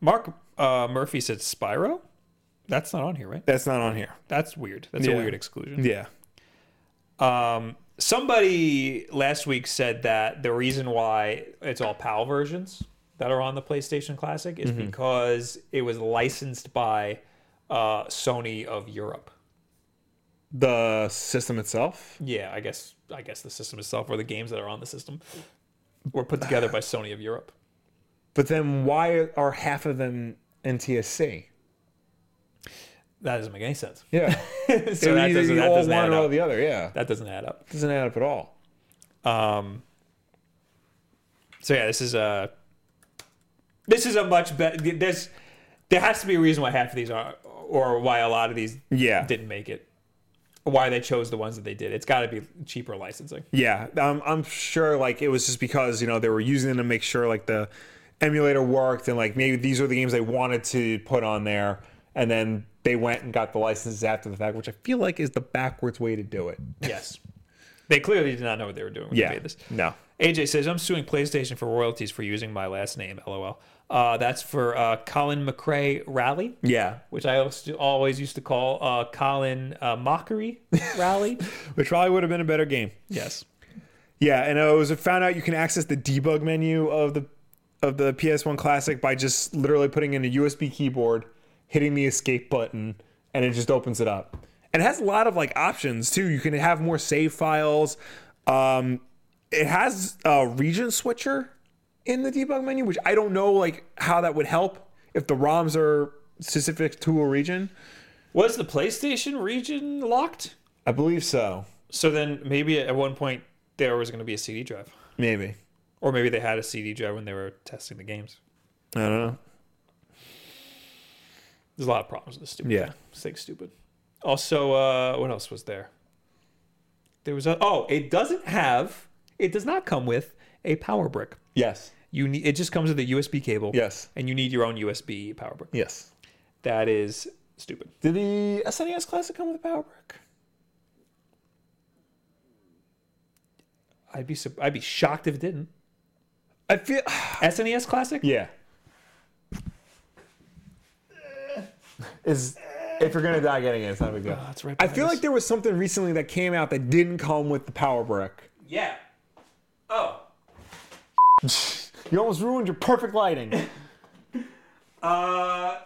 Mark uh, Murphy said Spyro. That's not on here, right? That's not on here. That's weird. That's Yeah. a weird exclusion. Yeah. Um, somebody last week said that the reason why it's all PAL versions that are on the PlayStation Classic is Mm-hmm. because it was licensed by uh, Sony of Europe. The system itself? Yeah, I guess I guess the system itself or the games that are on the system were put together by Sony of Europe. But then why are half of them NTSC? that doesn't make any sense. [laughs] [laughs] Yeah. so that either doesn't, you that all doesn't one add or all up. the other. Yeah. That doesn't add up. doesn't add up at all. Um, so yeah, this is a this is a much better. There's there has to be a reason why half of these are, or why a lot of these Yeah. didn't make it, why they chose the ones that they did. It's got to be cheaper licensing. Yeah, I'm, I'm sure like it was just because you know they were using them to make sure like the emulator worked and like maybe these are the games they wanted to put on there, and then they went and got the licenses after the fact, which I feel like is the backwards way to do it. Yes, they clearly did not know what they were doing when they made this. no, AJ says, I'm suing PlayStation for royalties for using my last name, lol. Uh, that's for uh, Colin McRae Rally, yeah, which I als- always used to call uh, Colin uh, Mockery Rally. which probably would have been a better game. yes. Yeah, and it was found out you can access the debug menu of the of the PS1 Classic by just literally putting in a USB keyboard, hitting the escape button, and it just opens it up. And it has a lot of like options too. You can have more save files. Um, it has a region switcher in the debug menu, which I don't know like how that would help if the ROMs are specific to a region. Was the PlayStation region locked? I believe so. So then maybe at one point there was going to be a CD drive. Maybe. Or maybe they had a CD drive when they were testing the games. I don't know. There's a lot of problems with this stupid. Yeah. This thing's stupid. Also, uh, what else was there? There was a oh, it doesn't have it does not come with a power brick. Yes. You need it just comes with a USB cable. Yes. And you need your own USB power brick. Yes. That is stupid. Did the SNES Classic come with a power brick? I'd be sup- I'd be shocked if it didn't. I feel. [sighs] SNES classic? Yeah. Is if you're gonna die getting it, it's not a big deal. That's Oh, right. I feel behind like us. there was something recently that came out that didn't come with the power brick. yeah. Oh. [laughs] You almost ruined your perfect lighting. Uh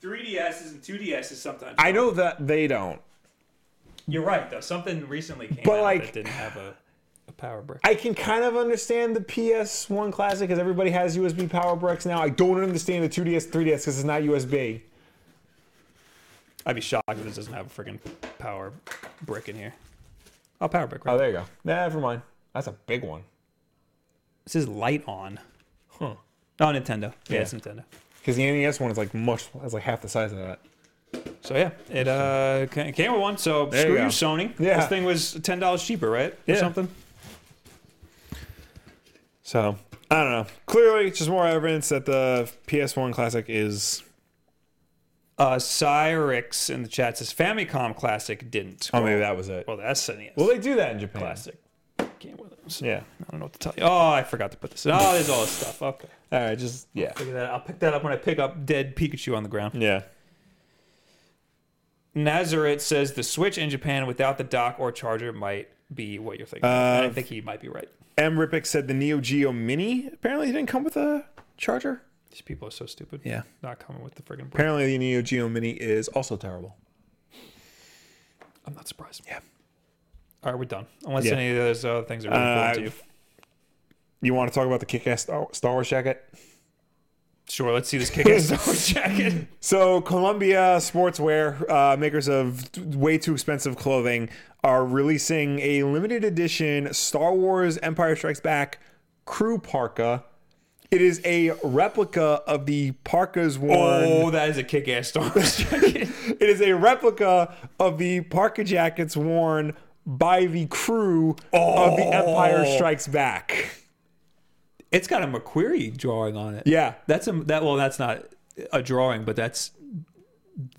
3DSs and 2DSs sometimes. I know that they don't. You're right though. Something recently came But, out like- that didn't have a, a power brick. I can kind of understand the PS1 Classic because everybody has USB power bricks now. I don't understand the 2DS, 3DS because it's not USB. I'd be shocked if this doesn't have a freaking power brick in here. Oh, power brick. Right? Oh, there you go. Nah, never mind. That's a big one. This is light on. Huh. Oh, Nintendo. Yeah, Yeah. it's Nintendo. Because the NES one is like much, it's like half the size of that. So yeah, it uh ca- came with one. So screw you you, go. Sony. Yeah. This thing was ten dollars cheaper, right? Or Yeah. something. So I don't know. Clearly, it's just more evidence that the PS1 Classic is Uh, Cyrix in the chat says Famicom Classic didn't. Oh, maybe that was it. Well, the SNES Well, they do that in Japan. Classic came with it. So Yeah. I don't know what to tell you. Oh, I forgot to put this. in. Oh, there's all this stuff. Okay. All right. Just yeah. Look at that. I'll pick that up when I pick up dead Pikachu on the ground. Yeah. Nazareth says the Switch in Japan without the dock or charger might be what you're thinking. and Uh, I think he might be right. M. Ripick said the Neo Geo Mini apparently didn't come with a charger. These people are so stupid. Yeah. Not coming with the friggin' brick. Apparently, the Neo Geo Mini is also terrible. I'm not surprised. Yeah. All right, we're done. Unless Yeah. any of those other things are really Uh, cool to you. You want to talk about the kick-ass Star Star Wars jacket? Sure, let's see this [laughs] kick-ass Star Wars jacket. So, Columbia Sportswear, uh, makers of t- way too expensive clothing, are releasing a limited edition Star Wars Empire Strikes Back crew parka. It is a replica of the parkas worn. Oh, that is a kick-ass Star Wars [laughs] jacket. It is a replica of the parka jackets worn by the crew of the Empire Strikes Back. it's got a McQuarrie drawing on it. Yeah, That's a that well, that's not a drawing, but that's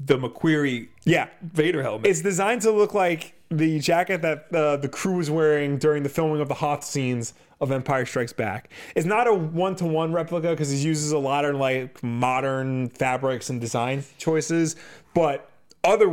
the McQuarrie yeah. Vader helmet. It's designed to look like the jacket that uh, the crew was wearing during the filming of the hot scenes of Empire Strikes Back. It's not a one-to-one replica because it uses a lot of like modern fabrics and design choices, but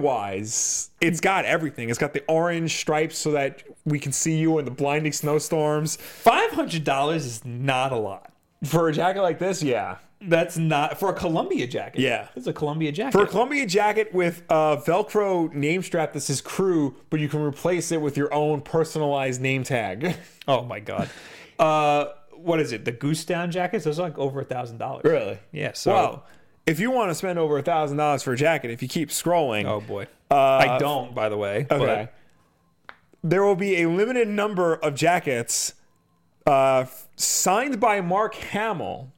otherwise, it's got everything. It's got the orange stripes so that we can see you in the blinding snowstorms. Five hundred dollars is not a lot. For a jacket like this, yeah. That's not for a Columbia jacket. Yeah. it's a Columbia jacket. For a Columbia jacket with a Velcro name strap that says crew, but you can replace it with your own personalized name tag. [laughs] oh my god, uh, what is it? The Goose Down jackets? Those are like over a thousand dollars. Really? Yeah. So Wow. if you want to spend over a thousand dollars for a jacket, if you keep scrolling, Oh boy. I don't, by the way. Uh, Okay. There will be a limited number of jackets uh, f- signed by Mark [laughs] Hamill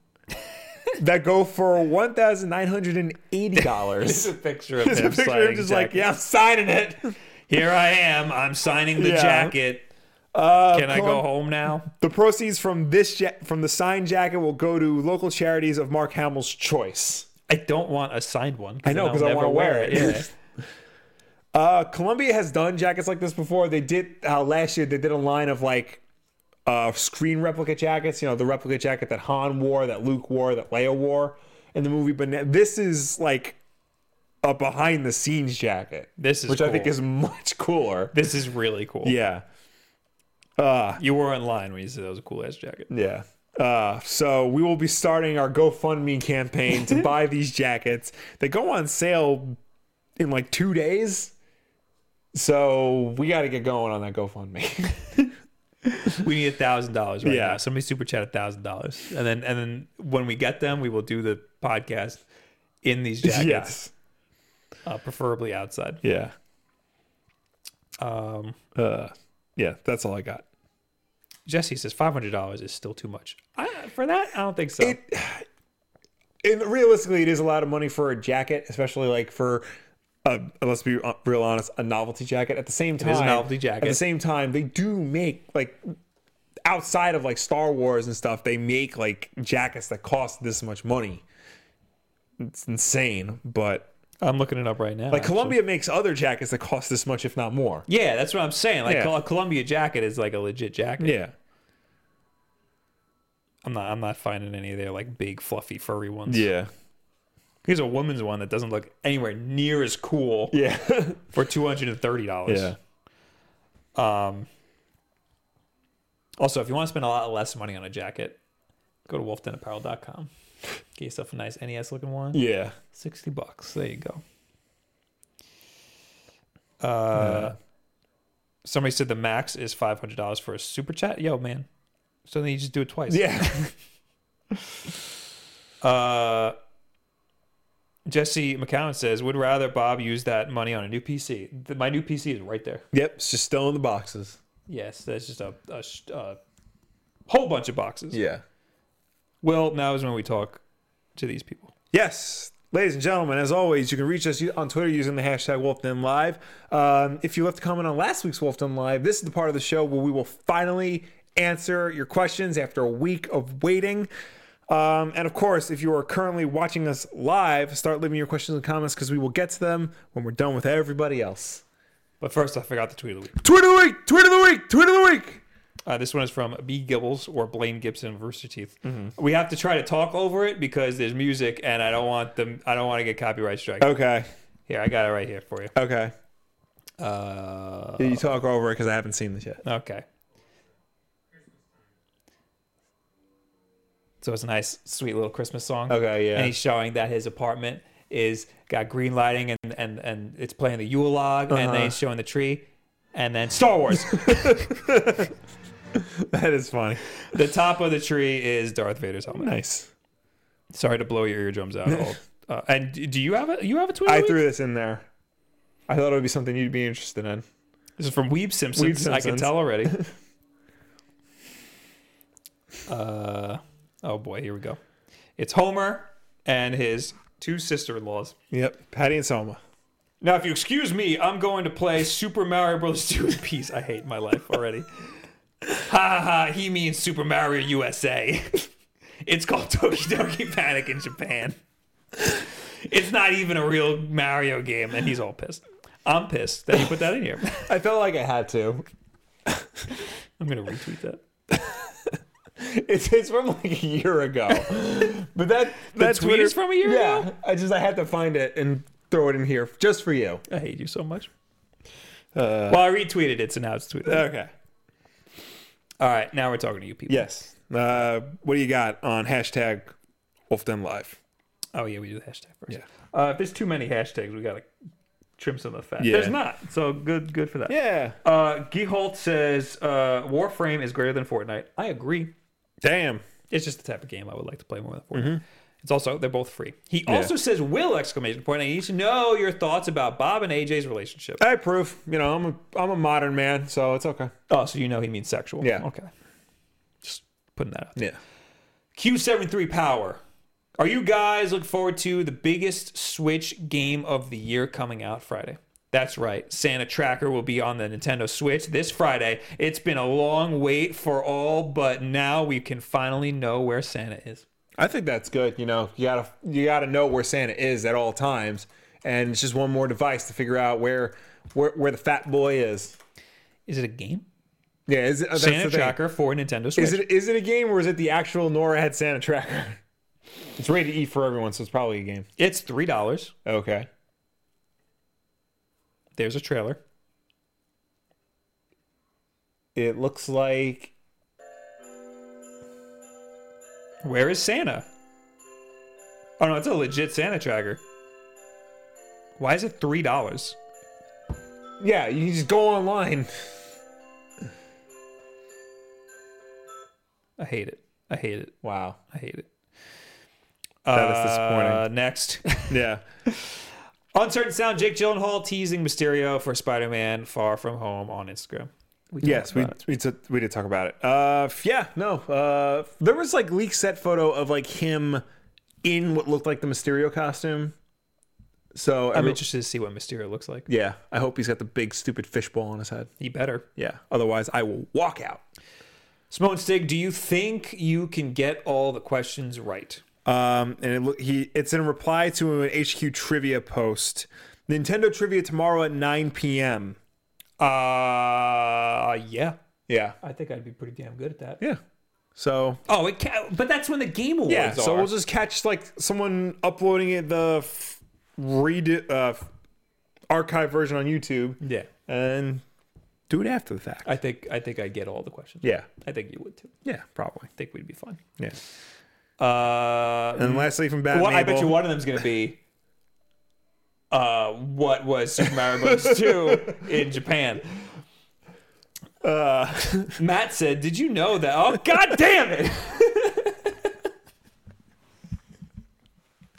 that go for one thousand nine hundred and eighty This dollars. is a picture of [laughs] It's him a picture signing of just the like, jacket. yeah, I'm signing it. Here I am. I'm signing the Yeah. jacket. Uh, Can I Colin- go home now? [laughs] The proceeds from this ja- from the signed jacket will go to local charities of Mark Hamill's choice. I don't want a signed one. I know, then I'll 'cause I never wanna wear it. [laughs] Yeah. Uh, Columbia has done jackets like this before. They did uh, last year. They did a line of like uh, screen replica jackets. You know, the replica jacket that Han wore, that Luke wore, that Leia wore in the movie. But now- this is like a behind the scenes jacket. This is which I think cool. is much cooler. This is really cool. Yeah. Uh, You were in line when you said that was a cool ass jacket. Yeah. Uh, so we will be starting our GoFundMe campaign [laughs] to buy these jackets. They go on sale in like two days. So we got to get going on that GoFundMe. We need a thousand dollars right Yeah. now. Somebody super chat a thousand dollars, and then and then when we get them, we will do the podcast in [laughs] these jackets, yes. uh, preferably outside. Yeah. Um, Uh, yeah. That's all I got. Jesse says five hundred dollars is still too much I, for that. I don't think so. It- And realistically, it is a lot of money for a jacket, especially like for, uh, let's be uh, real honest, a novelty jacket. At the same time, is a novelty jacket. At the same time, they do make like outside of like Star Wars and stuff, they make like jackets that cost this much money. It's insane, but I'm looking it up right now. like Columbia makes other jackets that cost this much, if not more. Yeah, that's what I'm saying. Like Yeah. a Columbia jacket is like a legit jacket. Yeah. I'm not. I'm not finding any of their like big fluffy furry ones. Yeah. Here's a woman's one that doesn't look anywhere near as cool Yeah. [laughs] for two hundred and thirty dollars. yeah. Um, also, if you want to spend a lot less money on a jacket, go to wolfdenapparel.com. Get yourself a nice NES looking one. Yeah. 60 bucks. There you go. Uh, Somebody said the max is $500 for a super chat. Yo, man. So then you just do it twice. Yeah. Uh, Jesse McCown says, would rather Bob use that money on a new PC. Th- My new PC is right there. yep. It's just still in the boxes. Yes, that's just a, a, sh- a whole bunch of boxes. Yeah. Well, now is when we talk to these people. Yes. Ladies and gentlemen, as always, you can reach us on Twitter using the hashtag WolfDen Live. Um, if you left a comment on last week's WolfDen Live, this is the part of the show where we will finally answer your questions after a week of waiting. Um, and of course, if you are currently watching us live, start leaving your questions and comments because we will get to them when we're done with everybody else. But first, I forgot the tweet of the week. Tweet of the week! Tweet of the week! Tweet of the week! Uh, this one is from B. Gibbles or Blaine Gibson of Rooster Teeth. Mm-hmm. We have to try to talk over it because there's music, and I don't want them. I don't want to get copyright strike. Okay. Here, I got it right here for you. Okay. Uh, you talk over it because I haven't seen this yet. okay. So it's a nice, sweet little Christmas song. Okay, yeah. And he's showing that his apartment is got green lighting, and and and it's playing the Yule log, and Uh-huh. then he's showing the tree, and then Star [laughs] Wars. [laughs] that is funny. the top of the tree is Darth Vader's helmet. Nice. Sorry to blow your eardrums [laughs] out. I'll- Uh, and d- do you have a you have a tweet? of I the week? threw this in there. I thought it would be something you'd be interested in. This is from Weeb Simpson. Weeb I can Simpsons. tell [laughs] already. uh, oh boy, here we go. It's Homer and his two sister-in-laws. Yep, Patty and Selma. Now, if you excuse me, I'm going to play Super Mario Bros. 2 in peace. I hate my life already. ha ha, ha, he means Super Mario USA. it's called Tokidoki Panic in Japan. It's not even a real Mario game, and he's all pissed. I'm pissed that you put that in here. I felt like I had to. I'm going to retweet that. It's, it's from like a year [laughs] ago, but that that tweet is from a year yeah, ago? I just I had to find it and throw it in here just for you. I hate you so much. Uh, Well, I retweeted it, so now it's tweeted. okay. All right, now we're talking to you people. Yes. Uh, what do you got on hashtag Wolfden Live? Oh yeah, we do the hashtag first. Yeah. Uh, if there's too many hashtags, we gotta trim some of the fat. Yeah. There's not, so good, good for that. Yeah. Uh, Geholt says uh, Warframe is greater than Fortnite. I agree. Damn. It's just the type of game I would like to play more than Fortnite. It's also they're both free. He also says, "Will!" Exclamation point. I need to know your thoughts about Bob and AJ's relationship. I approve. You know, I'm a I'm a modern man, so it's okay. Oh, so you know he means sexual. Yeah. Okay. Just putting that out. there. Yeah. Q73 Power. Are you guys looking forward to the biggest Switch game of the year coming out Friday? That's right. Santa Tracker will be on the Nintendo Switch this Friday. It's been a long wait for all, but now we can finally know where Santa is. I think that's good. You know, you gotta you gotta know where Santa is at all times, and it's just one more device to figure out where where, where the fat boy is. Is it a game? Yeah, is it, that's Santa the thing. Tracker for Nintendo Switch. Is it is it a game or is it the actual Nora had Santa tracker? [laughs] It's rated E for everyone, so it's probably a game. It's $3. Okay. There's a trailer. It looks like Where is Santa? Oh no, it's a legit Santa Tracker. Why is it $3? yeah, you can just go online. I hate it. I hate it. Wow. I hate it. That is disappointing. Uh, next, [laughs] Yeah. uncertain sound. Jake Gyllenhaal teasing Mysterio for Spider-Man: Far From Home on Instagram. We talked Yes, we about it. we, t- we did talk about it. Uh, f- yeah, no, uh, there was like leak set photo of like him in what looked like the Mysterio costume. So I'm every- interested to see what Mysterio looks like. yeah, I hope he's got the big stupid fishbowl on his head. He better. Yeah, otherwise I will walk out. Simone Stig, do you think you can get all the questions right? Um, and it, look- he it's in reply to an HQ trivia post. Nintendo trivia tomorrow at 9 p.m. Uh, yeah. Yeah, I think I'd be pretty damn good at that. yeah. So Oh, it ca- but that's when the Game Awards Yeah, are. so we'll just catch like someone uploading it the f- read uh, f- archive version on YouTube yeah, and do it after the fact. I think I think I get all the questions. yeah, I think you would too. I yeah, probably. think we'd be fine. Yeah. Uh, And lastly, from Batman, Well, I bet you one of them's gonna be uh, what was Super Mario Bros. 2 in Japan. Uh, Matt said, "Did you know that?" Oh, god damn it! [laughs]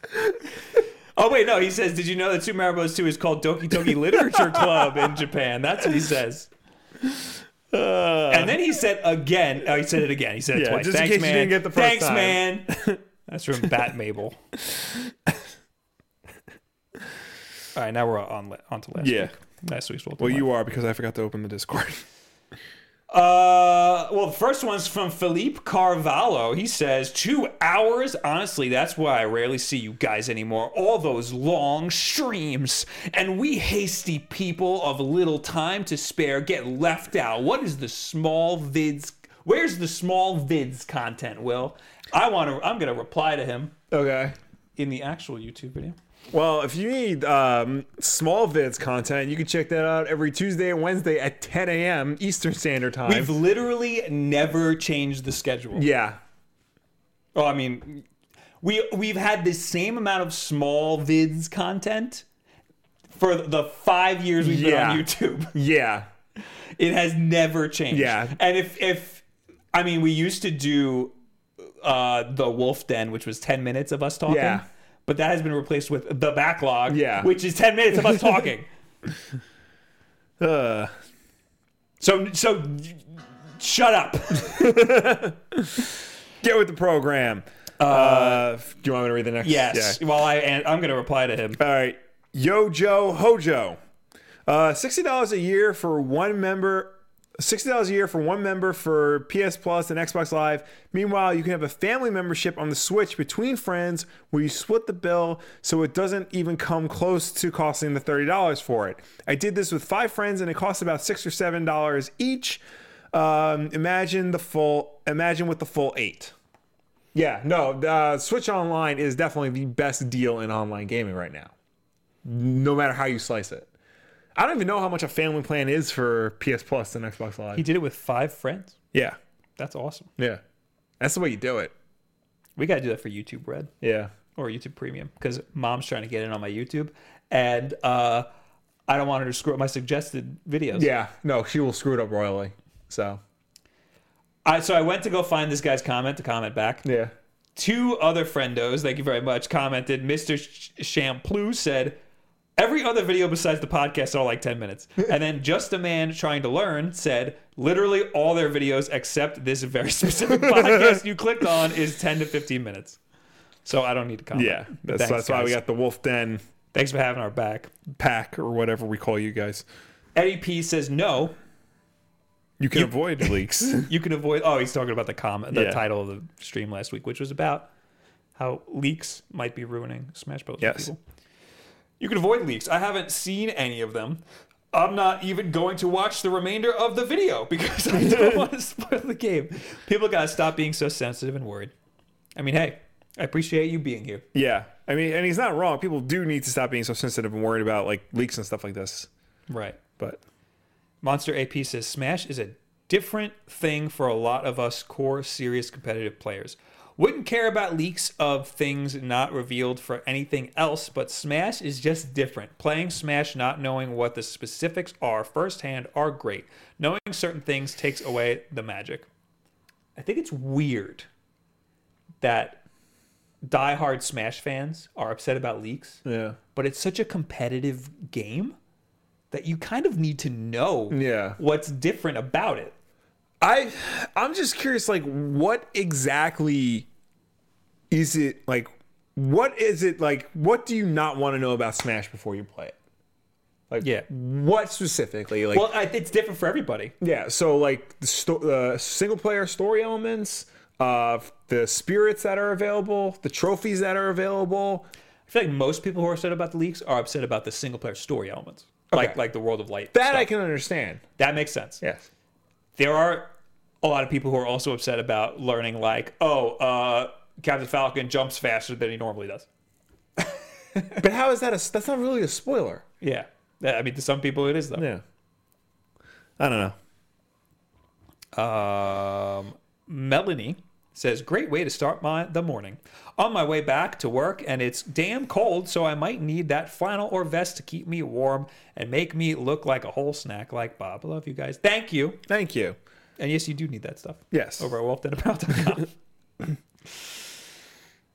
oh wait, no. He says, "Did you know that Super Mario Bros. 2 is called Doki Doki Literature Club in Japan?" That's what he says. uh, And then he said again. Oh, he said it again. He said it Yeah, twice. just in Thanks, case you man. didn't get the first Thanks, time. man. [laughs] That's from Bat Mabel. All right, now we're on on to last. Yeah. week. last week's World. well, you are because I forgot to open the Discord. [laughs] Uh, well, the first one's from Felipe Carvalho. He says, two hours? Honestly, that's why I rarely see you guys anymore. All those long streams. And we hasty people of little time to spare get left out. What is the small vids? Where's the small vids content, Will? I want to, I'm going to reply to him okay. in the actual YouTube video. Well, if you need um, small vids content, you can check that out every Tuesday and Wednesday at 10 a.m. Eastern Standard Time. We've literally never changed the schedule. yeah, Oh, I mean, we we've had the same amount of small vids content for the five years we've Yeah. been on YouTube. [laughs] yeah, It has never changed. Yeah. and if if I mean, we used to do uh, the Wolf Den, which was ten minutes of us talking. Yeah. But that has been replaced with the backlog, Yeah. which is ten minutes of us [laughs] talking. uh, So, so shut up. get with the program. Uh, do you want me to read the next? [laughs] Yes. Yeah. Well, I and I'm going to reply to him. All right. Yojo Hojo. Uh, sixty dollars a year for one member. Sixty dollars a year for one member for PS Plus and Xbox Live. Meanwhile, you can have a family membership on the Switch between friends, where you split the bill, so it doesn't even come close to costing the thirty dollars for it. I did this with five friends, and it cost about six or seven dollars each. Um, imagine the full. Imagine with the full eight. Yeah, no, uh, Switch Online is definitely the best deal in online gaming right now. No matter how you slice it. I don't even know how much a family plan is for PS Plus and Xbox Live. He did it with five friends. yeah, That's awesome. yeah. That's the way you do it. We got to do that for YouTube Red. Yeah. or YouTube Premium because mom's trying to get in on my YouTube, and uh, I don't want her to screw up my suggested videos. Yeah, no, she will screw it up royally. So, I, so I went to go find this guy's comment to comment back, yeah. Two other friendos, thank you very much, commented. Mr. Sh- Shampoo said, Every other video besides the podcast are like 10 [laughs] minutes. And then Just a Man Trying to Learn said, Literally all their videos except this very [laughs] specific podcast you clicked on is 10 to 15 minutes. So I don't need to comment. Yeah, that's, Thanks, that's why we guys. got the Wolf Den Thanks for having our back. pack or whatever we call you guys. Eddie P says, No, You can [laughs] avoid leaks. you can avoid. Oh, he's talking about the comment, the Yeah. title of the stream last week, which was about how leaks might be ruining Smash Bros. for Yes. people. You can avoid leaks. I haven't seen any of them. I'm not even going to watch the remainder of the video [laughs] because I [laughs] don't want to spoil the game. People gotta stop being so sensitive and worried. I mean, hey, I appreciate you being here. Yeah, I mean, and he's not wrong. People do need to stop being so sensitive and worried about like leaks and stuff like this. Right. But Monster AP says Smash is a different thing for a lot of us core serious competitive players. Wouldn't care about leaks of things not revealed for anything else, but Smash is just different. Playing Smash not knowing what the specifics are firsthand are great. Knowing certain things takes away the magic. I think it's weird that diehard Smash fans are upset about leaks yeah, but it's such a competitive game that you kind of need to know Yeah. what's different about it. I I'm just curious, like, what exactly is it like? What is it like? What do you not want to know about Smash before you play it? Like, Yeah. what specifically? Like, Well, I, it's different for everybody. Yeah, so like the sto- uh, single player story elements, uh, the spirits that are available, the trophies that are available. I feel like most people who are upset about the leaks are upset about the single player story elements, like like the World of Light. That I stuff. can understand. that makes sense. Yes. There are a lot of people who are also upset about learning, like, oh, uh, Captain Falcon jumps faster than he normally does. But how is that a? That's not really a spoiler. Yeah, That- I mean, to some people it is though. Yeah. I don't know. Um, Melanie says, "Great way to start my the morning. On my way back to work, and it's damn cold, so I might need that flannel or vest to keep me warm and make me look like a whole snack, like Bob. I love you guys. Thank you. Thank you. And yes, you do need that stuff. Yes. over at wolfdenabout.com.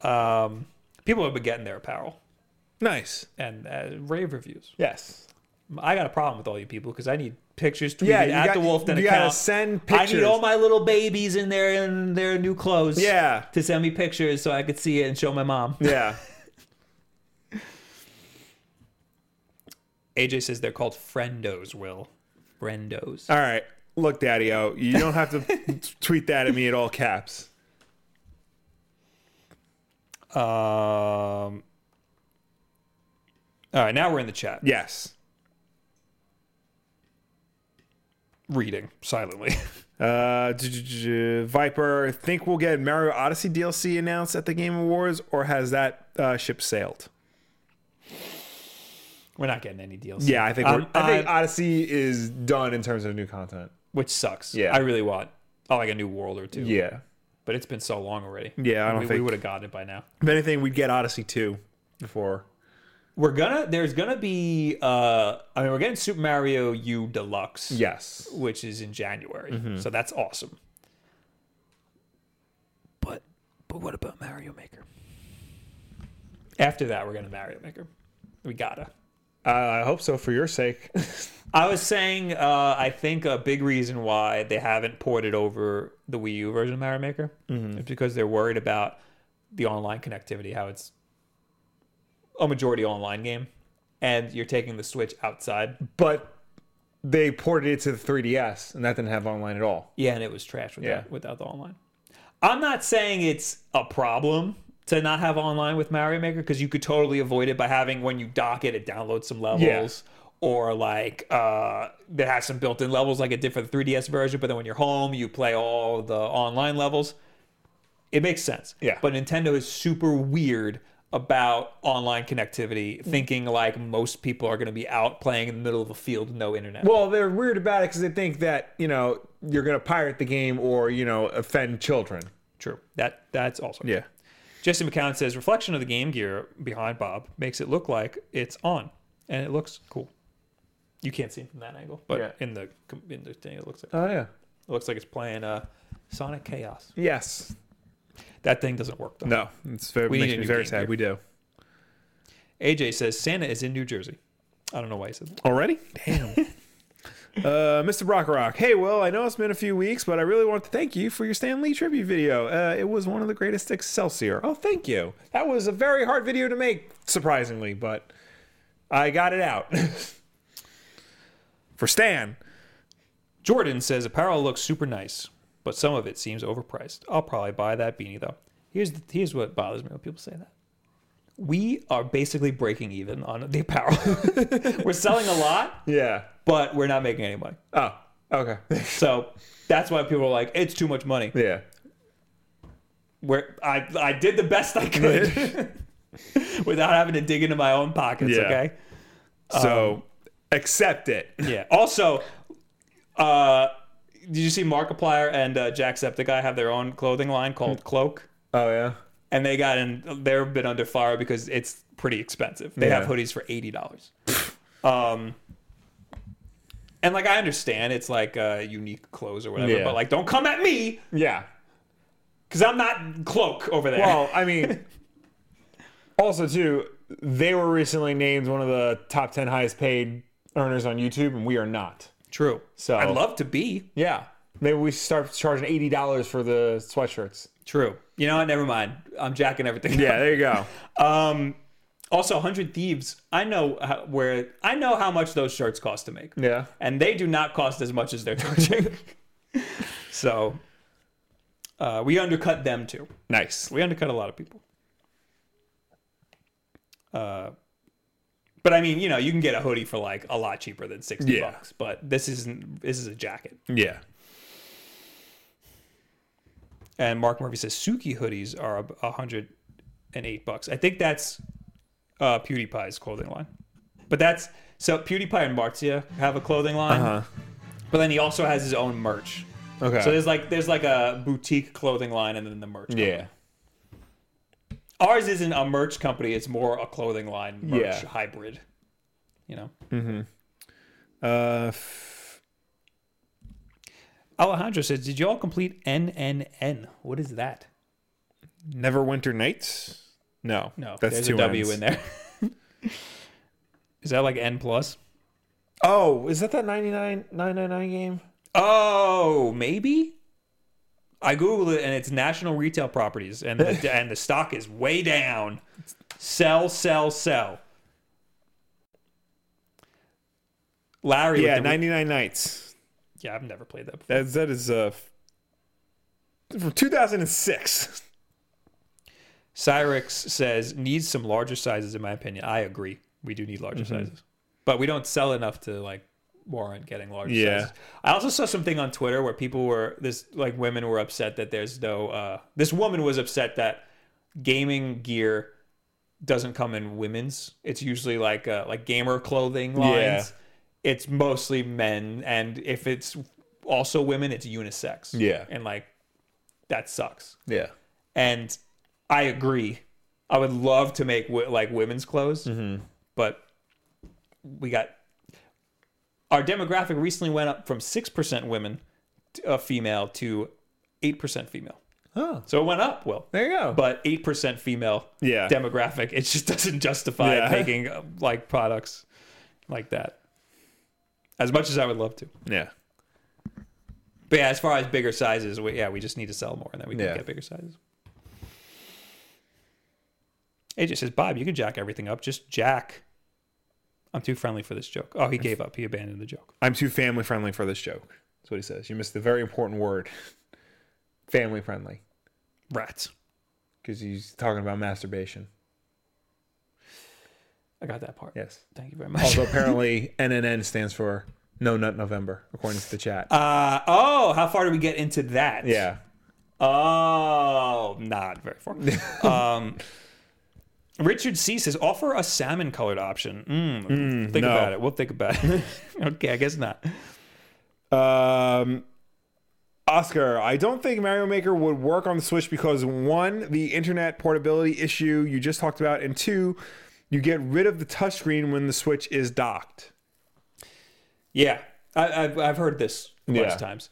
[laughs] um, people have been getting their apparel Nice. and uh, rave reviews. Yes. I got a problem with all you people because I need." Pictures tweeted Yeah, you at got- the Wolf Den you gotta account. send I need pictures. all my little babies in their in their new clothes. Yeah. to send me pictures so I could see it and show my mom. [laughs] Yeah. AJ says they're called friendos, Will. Friendos. all right. Look, Daddy O, you don't have [laughs] to tweet that at me at all caps. Um, all right, now we're in the chat. Yes. Reading silently. [laughs] Uh, d- d- d- Viper, think we'll get Mario Odyssey DLC announced at the Game Awards, or has that uh, ship sailed? we're not getting any deals. Yeah, I think we're, Um, I think I- Odyssey is done in terms of new content. which sucks. Yeah. I really want oh, like a new world or two. Yeah. but it's been so long already. Yeah, I don't we, we think- would have gotten it by now. If anything, we'd get Odyssey two before. We're gonna. There's gonna be. uh I mean, we're getting Super Mario U Deluxe. Yes. which is in January. So that's awesome. But but what about Mario Maker? After that, we're gonna Mario Maker. We gotta. Uh, I hope so for your sake. [laughs] I was saying, uh, I think a big reason why they haven't ported over the Wii U version of Mario Maker is because they're worried about the online connectivity, how it's a majority online game, and you're taking the Switch outside. but they ported it to the 3DS, and that didn't have online at all. Yeah, and it was trash without, Yeah. without the online. I'm not saying it's a problem to not have online with Mario Maker because you could totally avoid it by having when you dock it, it downloads some levels. Or like uh, that has some built-in levels, like it did for the 3DS version. But then when you're home, you play all the online levels. It makes sense. Yeah. But Nintendo is super weird about online connectivity, thinking like most people are going to be out playing in the middle of a field, with no internet. Well, they're weird about it because they think that you know you're gonna pirate the game or you know offend children. True. That that's also Jesse McCown says reflection of the Game Gear behind Bob makes it look like it's on, and it looks cool. You can't see it from that angle, but Yeah. in the in the thing, it looks like Oh yeah. it looks like it's playing uh, Sonic Chaos. Yes. That thing doesn't work though. No, it's very We need makes a me new very game sad. here. We do AJ says Santa is in New Jersey. I don't know why he said that. already. Damn. Uh, Mr. Brock Rock, hey, well, I know it's been a few weeks, but I really want to thank you for your Stan Lee tribute video. Uh, it was one of the greatest Excelsior. Oh, thank you. That was a very hard video to make, surprisingly, but I got it out. [laughs] for Stan. [laughs] Jordan says apparel looks super nice, but some of it seems overpriced. I'll probably buy that beanie though. Here's the, here's what bothers me when people say that. We are basically breaking even on the apparel. [laughs] we're selling a lot, Yeah. but we're not making any money. Oh, okay. [laughs] So that's why people are like, it's too much money. yeah. Where I I did the best I could [laughs] without having to dig into my own pockets. Yeah. Okay. So Um, accept it. Yeah. Also, uh, did you see Markiplier and uh, Jacksepticeye have their own clothing line called Cloak? [laughs] Oh, yeah. And they got in. They've been under fire because it's pretty expensive. They have Yeah. hoodies for eighty dollars. um. And like I understand, it's like uh, unique clothes or whatever, Yeah. but like don't come at me Yeah. because I'm not cloak over there. Well, I [laughs] mean, also too, they were recently named one of the top ten highest paid earners on YouTube, and we are not. true. So- I'd love to be Yeah. Maybe we start charging eighty dollars for the sweatshirts. true. You know what? Never mind. I'm jacking everything. Yeah, up. there [laughs] you go. Um, also, Hundred Thieves. I know how, where I know how much those shirts cost to make, Yeah. and they do not cost as much as they're charging. [laughs] so uh, we undercut them too. Nice. We undercut a lot of people. Uh, but I mean, you know, you can get a hoodie for like a lot cheaper than sixty Yeah. bucks. But this isn't. This is a jacket. Yeah. And Mark Murphy says Suki hoodies are a- a hundred and eight bucks. I think that's uh, PewDiePie's clothing line, but that's so PewDiePie and Martia have a clothing line, Uh-huh. but then he also has his own merch. Okay. So there's like there's like a boutique clothing line and then the merch. company. Yeah. Ours isn't a merch company; it's more a clothing line merch Yeah. hybrid. You know, uh, f- Alejandro says, "Did you all complete NNN? What is that? Neverwinter Nights? No. No, That's there's two a W Ns. in there. [laughs] is that like N plus? Oh, is that that 99 999 game? Oh, maybe. I googled it and it's national retail properties, and the, and the stock is way down. Sell, sell, sell. Larry, with Yeah, the re- 99 Nights. yeah, I've never played that. Before. That, that is uh, f- from 2006. Cyrix says needs some larger sizes, in my opinion. I agree. We do need larger Mm-hmm. sizes, but we don't sell enough to like warrant getting larger Yeah. sizes. I also saw something on Twitter where people were this like women were upset that there's no. Uh, this woman was upset that gaming gear doesn't come in women's. It's usually like uh, like gamer clothing lines. Yeah. It's mostly men, and if it's also women, it's unisex. Yeah. and like that sucks Yeah. and I agree. I would love to make w- like women's clothes, Mm-hmm. but we got our demographic recently went up from six percent women, to, uh, female, to eight percent female. Huh. So it went up. Well, There you go. but eight percent female Yeah. demographic, it just [laughs] doesn't justify Yeah. making uh, like products like that. As much as I would love to, yeah. but yeah, as far as bigger sizes, we, yeah, we just need to sell more, and then we can Yeah. get bigger sizes. AJ says, Bob, you can jack everything up. Just jack. I'm too friendly for this joke. Oh, he gave up. He abandoned the joke. I'm too family friendly for this joke. That's what he says. You missed the very important word family friendly Rats. because he's talking about masturbation. I got that part. Yes. Thank you very much. Also, apparently, NNN stands for No Nut November, according to the chat. Uh, [laughs] oh, how far do we get into that? yeah. Oh, not very [laughs] far. um, Richard C says offer a salmon colored option. Mm, think Hmm, no. about it. We'll think about it. [laughs] okay, I guess not. Um, Oscar, I don't think Mario Maker would work on the Switch because one, the internet portability issue you just talked about, and two, you get rid of the touchscreen when the Switch is docked. Yeah, I, I've, I've heard this a bunch Yeah. of times.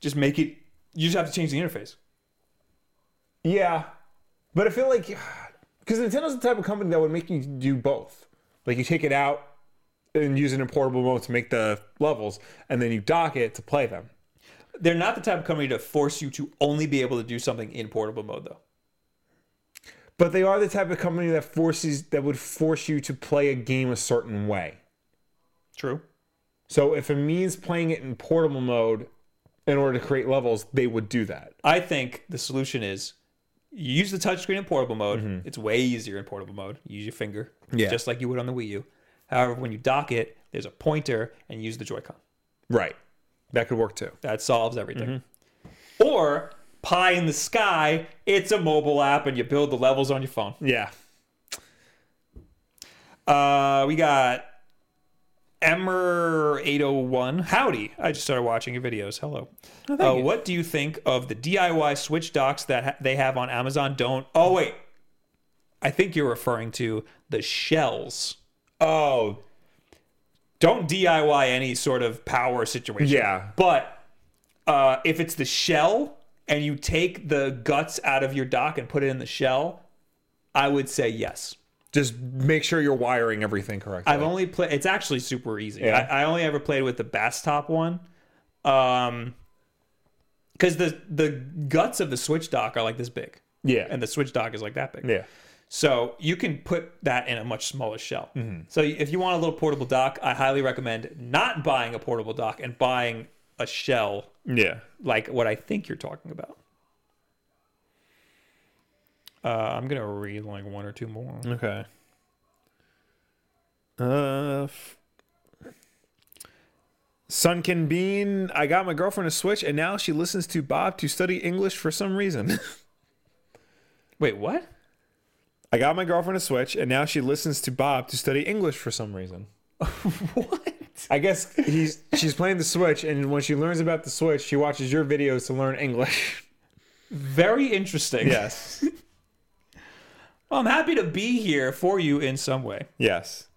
Just make it. You just have to change the interface. Yeah. But I feel like because Nintendo's the type of company that would make you do both. Like you take it out and use it in portable mode to make the levels, and then you dock it to play them. They're not the type of company to force you to only be able to do something in portable mode, though. But they are the type of company that forces that would force you to play a game a certain way. True. So if it means playing it in portable mode in order to create levels, they would do that. I think the solution is you use the touchscreen in portable mode. It's way easier in portable mode. You use your finger, Mm-hmm. Yeah. just like you would on the Wii U. However, when you dock it, there's a pointer and use the Joy-Con. Right. That could work too. That solves everything. Mm-hmm. Or pie in the sky, it's a mobile app and you build the levels on your phone. Yeah. Uh, we got Emmer801. Howdy. I just started watching your videos. Hello. uh, What do you think of the DIY Switch docs that ha- they have on Amazon? Don't. Oh, wait. I think you're referring to the shells. Oh, Don't DIY any sort of power situation. Yeah. But uh, if it's the shell and you take the guts out of your dock and put it in the shell, I would say yes. just make sure you're wiring everything correctly. I've only played. It's actually super easy. Yeah. I, I only ever played with the Bastop one, um, because the the guts of the Switch dock are like this big, yeah. and the Switch dock is like that big. yeah. So you can put that in a much smaller shell. Mm-hmm. So if you want a little portable dock, I highly recommend not buying a portable dock and buying a shell Yeah. like what I think you're talking about. Uh, I'm gonna read like one or two more. Okay. Uh, f- Sunken Bean, I got my girlfriend a Switch, and now she listens to Bob to study English for some reason. [laughs] Wait, what? I got my girlfriend a Switch, and now she listens to Bob to study English for some reason. What? I guess he's she's playing the Switch, and when she learns about the Switch, she watches your videos to learn English. Very interesting. [laughs] Yes, Well, I'm happy to be here for you in some way. yes.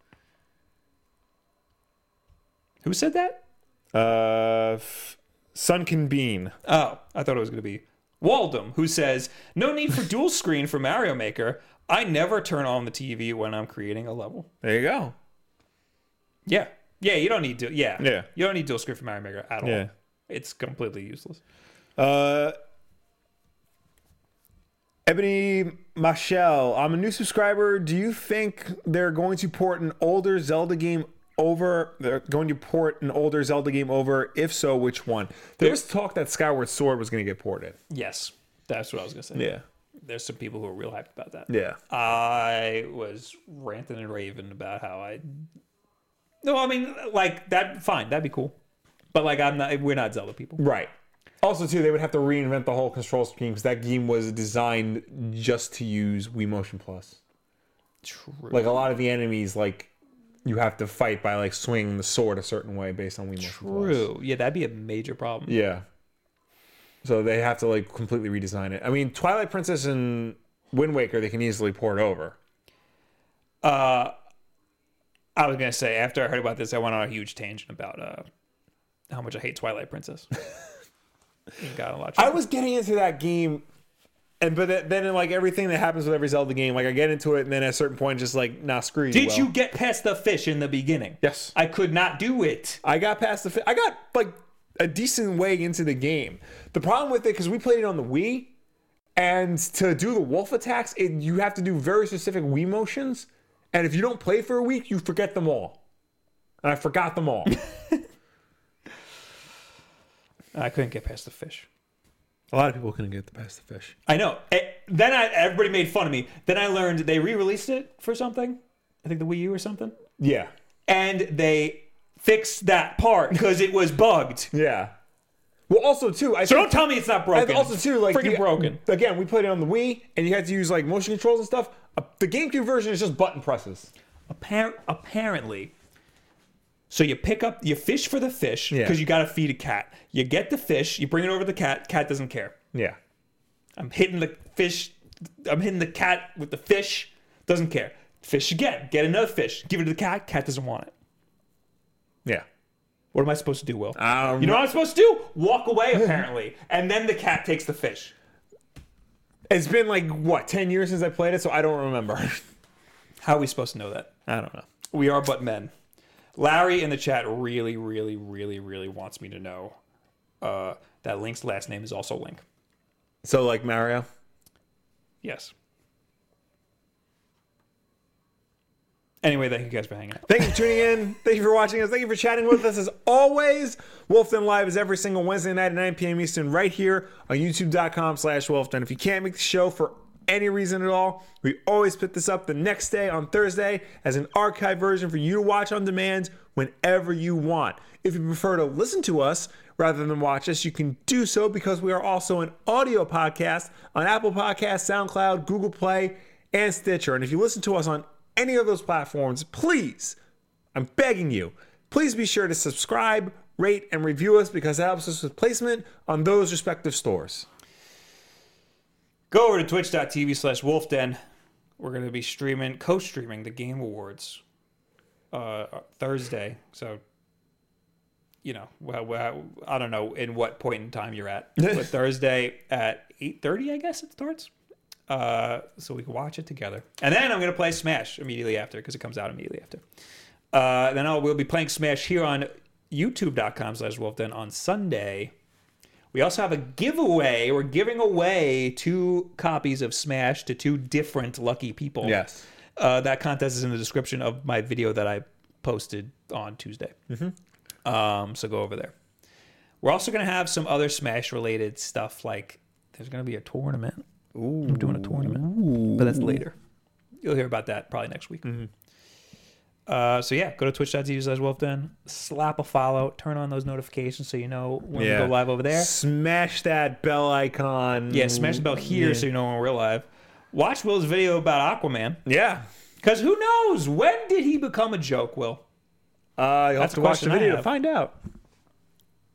Who said that? Uh, f- Sunken Bean. Oh, I thought it was going to be Waldom, who says, No need for dual screen for Mario Maker. I never turn on the TV when I'm creating a level. There you go. Yeah. Yeah, you don't need to. Yeah. Yeah. You don't need dual screen for Mario Maker at all. Yeah. It's completely useless. Uh, Ebony Michelle, I'm a new subscriber. Do you think they're going to port an older Zelda game over? They're going to port an older Zelda game over. If so, which one? There was talk that Skyward Sword was going to get ported. Yes. That's what I was going to say. There's some people who are real hyped about that. Yeah. I was ranting and raving about how I. No, I mean, like, that, fine. That'd be cool. But, like, I'm not, we're not Zelda people. Right. Also, too, they would have to reinvent the whole control scheme because that game was designed just to use Wii Motion Plus. True. Like a lot of the enemies, like you have to fight by like swinging the sword a certain way based on Wii Motion Plus. True. Yeah, that'd be a major problem. Yeah. So they have to like completely redesign it. I mean, Twilight Princess and Wind Waker they can easily port over. I was gonna say after I heard about this, I went on a huge tangent about uh, how much I hate Twilight [laughs] Princess. And Got in a lot. Of I trouble. was getting into that game, and but then, then like everything that happens with every Zelda game, like I get into it, and then at a certain point, just like nah, screw you. Did Will. you get past the fish in the beginning? Yes. I could not do it. I got past the. fi- I got like a decent way into the game. The problem with it because we played it on the Wii, and to do the wolf attacks, it, you have to do very specific Wii motions, and if you don't play for a week, you forget them all. And I forgot them all. I couldn't get past the fish. [laughs] A lot of people couldn't get past the fish. I know. Eh, then I everybody made fun of me. Then I learned they re-released it for something. I think the Wii U or something, Yeah. and they fixed that part because it was bugged. Yeah. Well, also too, I So think, don't tell me it's not broken. and also too, like freaking you- broken. Again, we played it on the Wii, and you had to use like motion controls and stuff. Uh, the GameCube version is just button presses. Appar- apparently so you pick up you fish for the fish Yeah. because you got to feed a cat you get the fish you bring it over to the cat cat doesn't care Yeah. i'm hitting the fish i'm hitting the cat with the fish doesn't care fish again get another fish give it to the cat cat doesn't want it Yeah. what am i supposed to do will Um, you know what i'm supposed to do walk away apparently and then the cat takes the fish It's been like what ten years since I played it, so I don't remember. [laughs] How are we supposed to know that? I don't know. We are but men. Larry in the chat really, really, really, really wants me to know uh, that Link's last name is also Link. So like Mario. Yes. Anyway, thank you guys for hanging out. Thank you for tuning in. Thank you for watching us. Thank you for chatting with us as always. Wolfden Live is every single Wednesday night at 9 p.m. Eastern right here on youtube.com slash Wolfden. If you can't make the show for any reason at all, we always put this up the next day on Thursday as an archive version for you to watch on demand whenever you want. If you prefer to listen to us rather than watch us, you can do so because we are also an audio podcast on Apple Podcasts, SoundCloud, Google Play, and Stitcher. And if you listen to us on any of those platforms, please I'm begging you, please be sure to subscribe, rate, and review us because that helps us with placement on those respective stores. Go over to twitch.tv slash wolfden. We're going to be streaming, co streaming the Game Awards uh, Thursday. So, you know, well, well, I don't know in what point in time you're at. but Thursday at 8.30, I guess it starts. Uh, so we can watch it together. And then I'm going to play Smash immediately after because it comes out immediately after. Uh, then I'll, we'll be playing Smash here on youtube.com slash wolfden on Sunday. We also have a giveaway. We're giving away two copies of Smash to two different lucky people. Yes. Uh, that contest is in the description of my video that I posted on Tuesday. Um, so go over there. We're also going to have some other Smash related stuff like there's going to be a tournament. Ooh. I'm doing a tournament, but that's later. You'll hear about that probably next week. Uh, so yeah, go to twitch.tv slash wolfden, slap a follow, turn on those notifications so you know when we go live over there. Smash that bell icon. Yeah, smash the bell here so you know when we're live. Watch Will's video about Aquaman. Yeah. Because who knows? When did he become a joke, Will? Uh, you'll That's have to a watch the question I video to have. find out.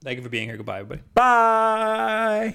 Thank you for being here. Goodbye, everybody. Bye.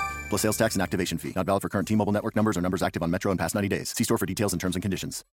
Plus sales tax and activation fee. Not valid for current T Mobile network numbers or numbers active on Metro in past 90 days. See store for details and terms and conditions.